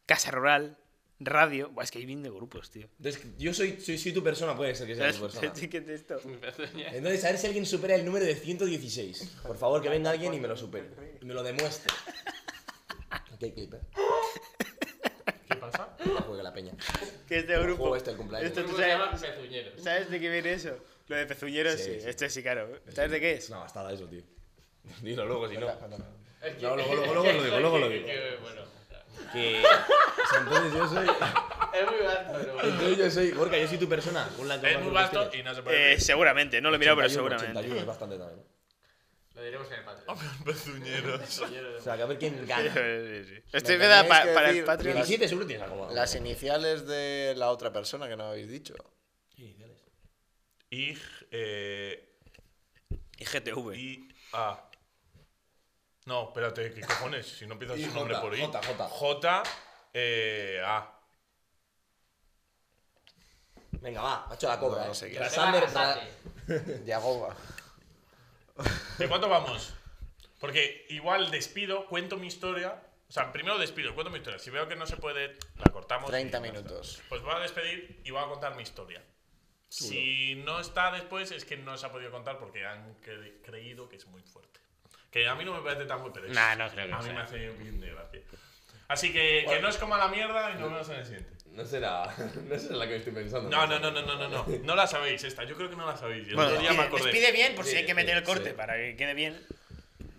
Speaker 5: casa rural, radio, Buah, es que hay bien de grupos, tío.
Speaker 3: Entonces, yo soy, soy, soy tu persona, puede ser que sea tu persona.
Speaker 5: Sí, ¿qué es esto?
Speaker 3: Entonces, a ver si alguien supera el número de 116. Por favor, que venga alguien y me lo supere. Y me lo demuestre. Aquí hay clip, eh.
Speaker 2: ¿Qué pasa?
Speaker 3: Que Juegue Ah, la peña.
Speaker 5: ¿Qué es de
Speaker 3: El
Speaker 5: grupo?
Speaker 3: juego este, el cumpleaños.
Speaker 5: Esto
Speaker 7: Esto
Speaker 5: tú
Speaker 7: se llama
Speaker 5: sabes,
Speaker 7: pezuñeros.
Speaker 5: ¿sabes de qué viene eso? Lo de pezuñeros,
Speaker 3: Sí,
Speaker 5: sí,
Speaker 3: sí.
Speaker 5: Esto sí, claro. ¿Sabes de qué
Speaker 3: Es
Speaker 5: es? Eh,
Speaker 3: una bastada eso, tío. Dilo luego, si no.
Speaker 7: Es que-
Speaker 3: No, luego, luego, luego lo digo, luego lo digo.
Speaker 7: Que, bueno,
Speaker 3: Que. o sea, entonces yo soy.
Speaker 7: es muy vasto, pero bueno.
Speaker 3: Entonces yo soy. Gorka, yo soy tu persona. Con la
Speaker 2: Es muy vasto y no se puede.
Speaker 5: Eh,
Speaker 2: ver.
Speaker 5: seguramente, no lo he mirado, pero seguramente.
Speaker 3: 81 es bastante también.
Speaker 7: Lo diremos en el Patreon.
Speaker 2: Pezuñeros.
Speaker 3: O sea, que a ver quién gana.
Speaker 5: Estoy
Speaker 8: Me
Speaker 5: viendo
Speaker 8: teníais
Speaker 5: pa-
Speaker 8: que
Speaker 5: para el
Speaker 8: decir
Speaker 5: Patreon.
Speaker 3: 17 seguro tienes acomodado.
Speaker 8: Las iniciales de la otra persona que no habéis dicho.
Speaker 2: Y. Eh,
Speaker 5: Y GTV.
Speaker 2: y. A. No, espérate, ¿qué cojones? Si no empiezas
Speaker 3: Y
Speaker 2: su nombre
Speaker 3: J,
Speaker 2: por I.
Speaker 3: J, J.
Speaker 2: J. Eh, A.
Speaker 3: Venga, va, ha hecho la cobra.
Speaker 8: No, no
Speaker 3: eh.
Speaker 8: sé qué.
Speaker 3: Rasander, Ra-
Speaker 8: Yagoba.
Speaker 2: ¿De cuánto vamos? Porque igual despido, cuento mi historia. O sea, primero despido, cuento mi historia. Si veo que no se puede, la cortamos. y
Speaker 8: 30
Speaker 2: ya está.
Speaker 8: minutos.
Speaker 2: Pues voy a despedir y voy a contar mi historia. Si no está después, es que no se ha podido contar porque han cre- creído que es muy fuerte. Que a mí no me parece tan fuerte. pero
Speaker 4: Nah, no creo que
Speaker 2: A mí
Speaker 4: sea.
Speaker 2: me hace bien de gracia. Así que que no os coma la mierda y nos vemos en el siguiente.
Speaker 6: No será, no será la que estoy pensando.
Speaker 2: No, no, no, no, no, no. No, no la sabéis esta. Yo creo que no la sabéis. Yo otro día me acordé.
Speaker 5: Despide bien, por si hay que meter el corte, para que quede bien.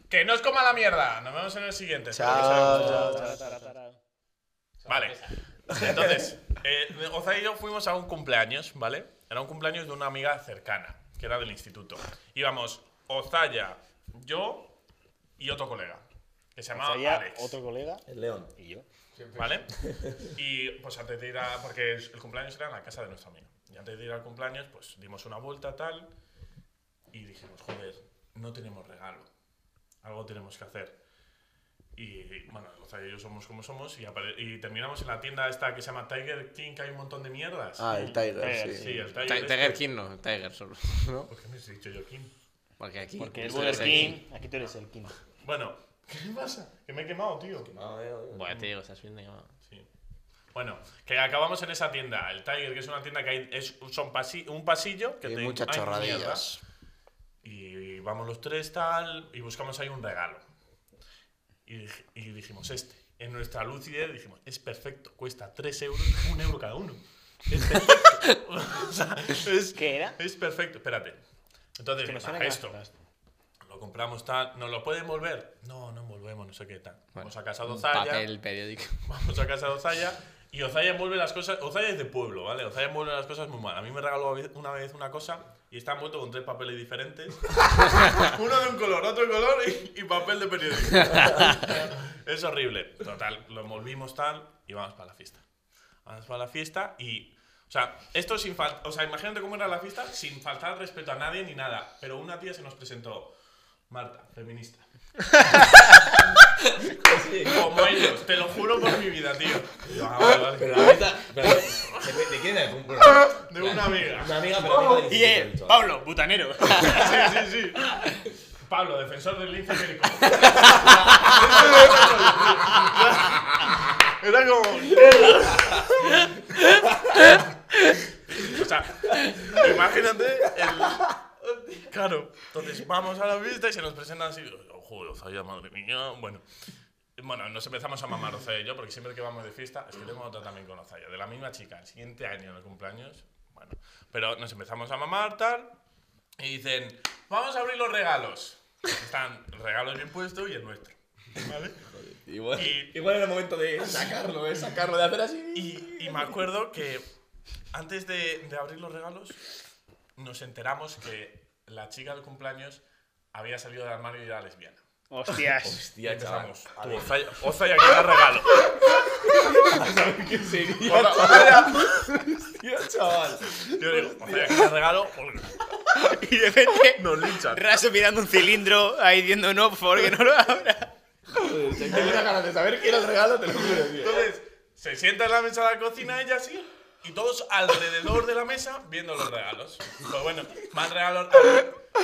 Speaker 2: Que no os coma la mierda. Nos vemos en el siguiente.
Speaker 8: Chao.
Speaker 2: Vale. Entonces, eh, Oza y yo fuimos a un cumpleaños, ¿vale? Era un cumpleaños de una amiga cercana, que era del instituto. Íbamos Ozaya, yo, y otro colega, que se
Speaker 5: O
Speaker 2: llamaba
Speaker 5: sea, ya
Speaker 2: Alex.
Speaker 5: otro colega
Speaker 3: El león.
Speaker 5: y yo.
Speaker 2: ¿Vale? Y pues antes de ir a. Porque el cumpleaños era en la casa de nuestro amigo. Y antes de ir al cumpleaños, pues dimos una vuelta, tal. Y dijimos, joder, no tenemos regalo. Algo tenemos que hacer. Y bueno, o sea, yo somos como somos. Y, apare- y terminamos en la tienda esta que se llama Tiger King, que hay un montón de mierdas.
Speaker 8: Ah, el Tiger,
Speaker 5: Tiger,
Speaker 8: sí.
Speaker 2: Sí, el Tiger.
Speaker 4: Ti-
Speaker 2: este.
Speaker 4: Tiger King no, Tiger solo. ¿no?
Speaker 2: ¿Por qué me has dicho yo King?
Speaker 4: Porque aquí.
Speaker 5: Porque el
Speaker 4: tú eres
Speaker 5: Burger Pues King, aquí tú eres el King.
Speaker 2: Bueno, ¿qué pasa? Que me he quemado, tío.
Speaker 6: Ah,
Speaker 4: Bueno, te digo, estás bien de llamado.
Speaker 2: Sí. Bueno, que acabamos en esa tienda, el Tiger, que es una tienda que hay, es, son pasi- un pasillo que
Speaker 8: Hay
Speaker 2: te-
Speaker 8: muchas
Speaker 2: hay
Speaker 8: chorradillas.
Speaker 2: Y vamos los tres tal y buscamos ahí un regalo. Y, dij- y dijimos este. En nuestra lucidez dijimos, es perfecto, cuesta 3 euros, 1 euro cada uno. Es perfecto. O sea, es,
Speaker 5: ¿Qué era?
Speaker 2: Es perfecto, espérate. Entonces,
Speaker 5: me
Speaker 2: baja
Speaker 5: suena que
Speaker 2: esto.
Speaker 5: gastaste.
Speaker 2: Lo compramos tal, ¿nos lo pueden volver? No, no envolvemos, no sé qué tal. Vamos a casa de Ozaya.
Speaker 4: Papel periódico.
Speaker 2: Vamos a casa de Ozaya y Ozaya envuelve las cosas. Ozaya es de pueblo, ¿vale? Ozaya envuelve las cosas muy mal. A mí me regaló a ve- una vez una cosa y está envuelto con tres papeles diferentes: uno de un color, otro color y, y papel de periódico. es horrible. Total, lo envolvimos tal y vamos para la fiesta. Vamos para la fiesta y. O sea, esto sin fal- O sea, imagínate cómo era la fiesta sin faltar respeto a nadie ni nada. Pero una tía se nos presentó: Marta, feminista. Como ellos, te lo juro por mi vida, tío. Ah, vale, vale.
Speaker 3: Pero la neta. pero- ¿De de quién era? Un- bueno,
Speaker 2: De una amiga.
Speaker 3: Una amiga, pero
Speaker 6: Oh,
Speaker 3: amiga de 17
Speaker 6: Ah.
Speaker 3: años, chaval.
Speaker 5: Pablo, butanero.
Speaker 2: Sí, sí, sí. Pablo, defensor del lince ibérico. Era como. O sea, imagínate el. Claro, entonces vamos a la vista y se nos presentan así. Ojo, Ozaya, madre mía. Bueno. Bueno, nos empezamos a mamar Ozaya y yo, porque siempre que vamos de fiesta, es que tengo otra también con Ozaya, de la misma chica, el siguiente año, en el cumpleaños. Bueno, pero nos empezamos a mamar, tal, y dicen, vamos a abrir los regalos. Están regalos bien puestos y el nuestro. ¿Vale?
Speaker 3: Igual,
Speaker 2: Y-
Speaker 3: igual era el momento de sacarlo, ¿eh? Sacarlo, de hacer así.
Speaker 2: Y, y me acuerdo que antes de, de abrir los regalos, nos enteramos que la chica del cumpleaños había salido del armario y era lesbiana.
Speaker 5: Hostias.
Speaker 2: Y
Speaker 3: Hostia, chaval.
Speaker 2: empezamos. Tú, Ozaya, Ozaya, que da regalo. Oza- Ozaya,
Speaker 3: Hostia, chaval.
Speaker 2: yo digo, Ozaya, que da regalo.
Speaker 5: y de repente,
Speaker 2: Nos linchan.
Speaker 5: Raso mirando un cilindro ahí diciendo no, por favor, que no lo abra.
Speaker 3: Joder, si tengo ganas de saber quién era el regalo, te lo juro, tío.
Speaker 2: Entonces, se sienta en la mesa de la cocina ella así, y todos alrededor de la mesa viendo los regalos. Pues bueno, más regalos.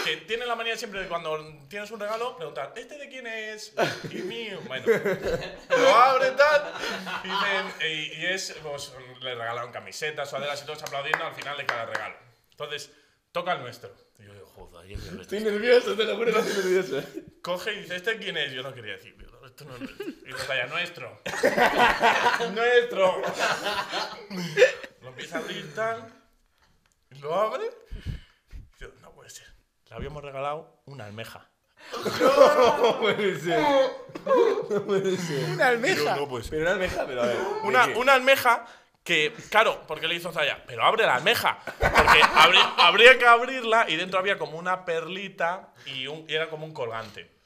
Speaker 2: Que tiene la manía siempre de cuando tienes un regalo, preguntar, ¿este de quién es? Y mío. Bueno, lo abre tal. Y, dicen- y- y es, pues, le regalaron camisetas, sudaderas y todos aplaudiendo al final de cada regalo. Entonces, toca el nuestro. Y yo digo, joder, ayer me
Speaker 3: Estoy nervioso, te lo juro, no estoy nervioso.
Speaker 2: Coge y dice, ¿este quién es? Yo no quería decirlo. Esto no es nuestro. Y Natalia, nuestro. nuestro. lo empieza a abrir tal. y Lo abre. y yo, no puede ser. Le habíamos regalado una almeja.
Speaker 3: No puede ser. No puede ser.
Speaker 5: Una almeja.
Speaker 2: no puede ser.
Speaker 3: Pero una almeja, pero a ver. ¿de
Speaker 2: Una,
Speaker 3: qué?
Speaker 2: una almeja que, claro, porque le hizo Zaya, pero abre la almeja. Porque habría, habría que abrirla y dentro había como una perlita y, un- y era como un colgante.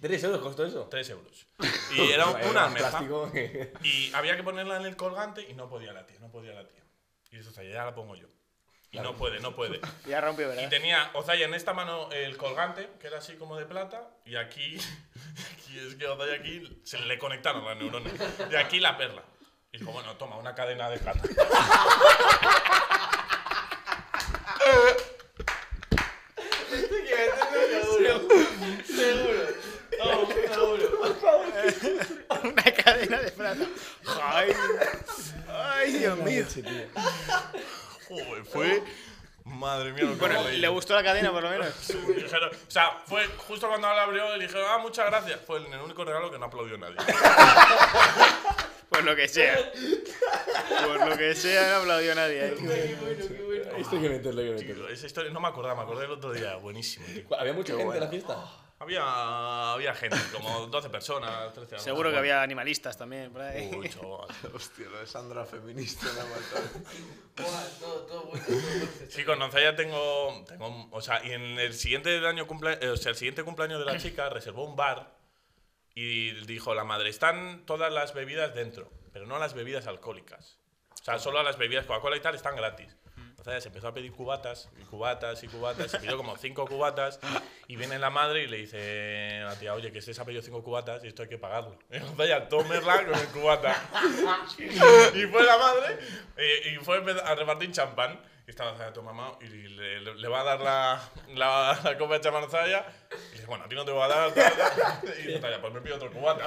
Speaker 3: ¿Tres euros costó eso?
Speaker 2: Tres euros. Y era una almeja.
Speaker 3: Plástico. que-
Speaker 2: Y había que ponerla en el colgante y no podía la tía, no podía la tía. Y eso, Zaya, ya la pongo yo. Y no puede, no puede.
Speaker 5: Ya rompió,
Speaker 2: Y
Speaker 5: ¿verdad?
Speaker 2: tenía Ozaya en esta mano el colgante, que era así como de plata, y aquí, aquí es que a Ozaya aquí se le conectaron las neuronas. Y aquí la perla. Y dijo, bueno, toma, una cadena de plata.
Speaker 5: Una cadena de plata. Ay, ay, Dios mío.
Speaker 2: Joder, fue... Madre mía, lo que
Speaker 5: Bueno,
Speaker 2: me reí.
Speaker 5: le gustó la cadena por lo menos.
Speaker 2: Dijeron- o sea, fue justo cuando la abrió y le dijeron, ah, muchas gracias. Fue el único regalo que no aplaudió nadie.
Speaker 5: Por lo que sea. Por lo que sea, no aplaudió nadie. ¿eh?
Speaker 3: Esto hay que meterlo, hay que meterlo.
Speaker 2: Tío, esa historia no me acordaba, me acordé el otro día. Buenísimo, tío.
Speaker 6: Ah.
Speaker 3: ¿Había mucha gente en la fiesta?
Speaker 2: Había, había gente, como 12 personas, 13 algo.
Speaker 5: Seguro que había animalistas también por ahí.
Speaker 2: Uy, chaval.
Speaker 8: Hostia, lo de Sandra feminista la mata.
Speaker 7: Buah, todo, todo bueno, todo bueno.
Speaker 2: Sí, con Nonzaya tengo, tengo. O sea, y en el siguiente del año cumplea- eh, o sea, el siguiente cumpleaños de la chica reservó un bar y dijo la madre, están todas las bebidas dentro, pero no las bebidas alcohólicas. O sea, solo las bebidas Coca-Cola y tal están gratis. Nonzaya se empezó a pedir cubatas y cubatas y cubatas, se pidió como cinco cubatas y viene la madre y le dice a la tía, oye, que este se ha pedido cinco cubatas y esto hay que pagarlo. Y Nonzaya, tómela con el cubata y fue la madre eh, y fue a repartir champán. Y estaba Zaya tu mamá y le, le- le va a dar la, la, la copa de champán a Zaya. Y dice, bueno, a ti no te voy a dar. tal, tal. Y Zaya, pues me pido otro cubata.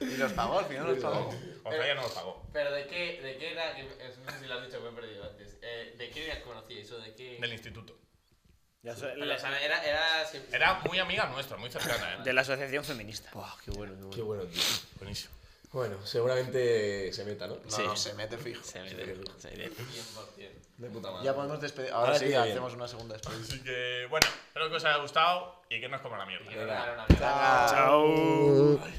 Speaker 8: Y los pagó, al final los pagó.
Speaker 2: O Zaya no lo pagó.
Speaker 7: Pero de qué, de qué era, que- es- no sé si lo has dicho, me he perdido antes. Eh, ¿De qué era conocíais o de qué?
Speaker 2: Del instituto.
Speaker 5: Ya sé,
Speaker 7: Pero, o
Speaker 5: la-
Speaker 7: sea, era, era, si-
Speaker 2: Era muy amiga nuestra, muy cercana.
Speaker 5: De
Speaker 2: ¿eh?
Speaker 5: la asociación feminista.
Speaker 3: qué bueno, qué bueno.
Speaker 2: Buenísimo.
Speaker 3: Bueno, seguramente se meta, ¿no?
Speaker 8: No, no, se mete fijo.
Speaker 4: Se mete, se mete.
Speaker 7: 100%.
Speaker 3: De puta madre.
Speaker 8: Ya podemos despedir. Ahora,
Speaker 3: Ahora
Speaker 8: sí,
Speaker 3: sí, bien.
Speaker 8: hacemos una segunda despedida.
Speaker 2: Así
Speaker 5: Ah,
Speaker 2: que, bueno, espero que os haya gustado y que no os coma la mierda.
Speaker 7: Y no era una
Speaker 8: Chao.
Speaker 5: Chao.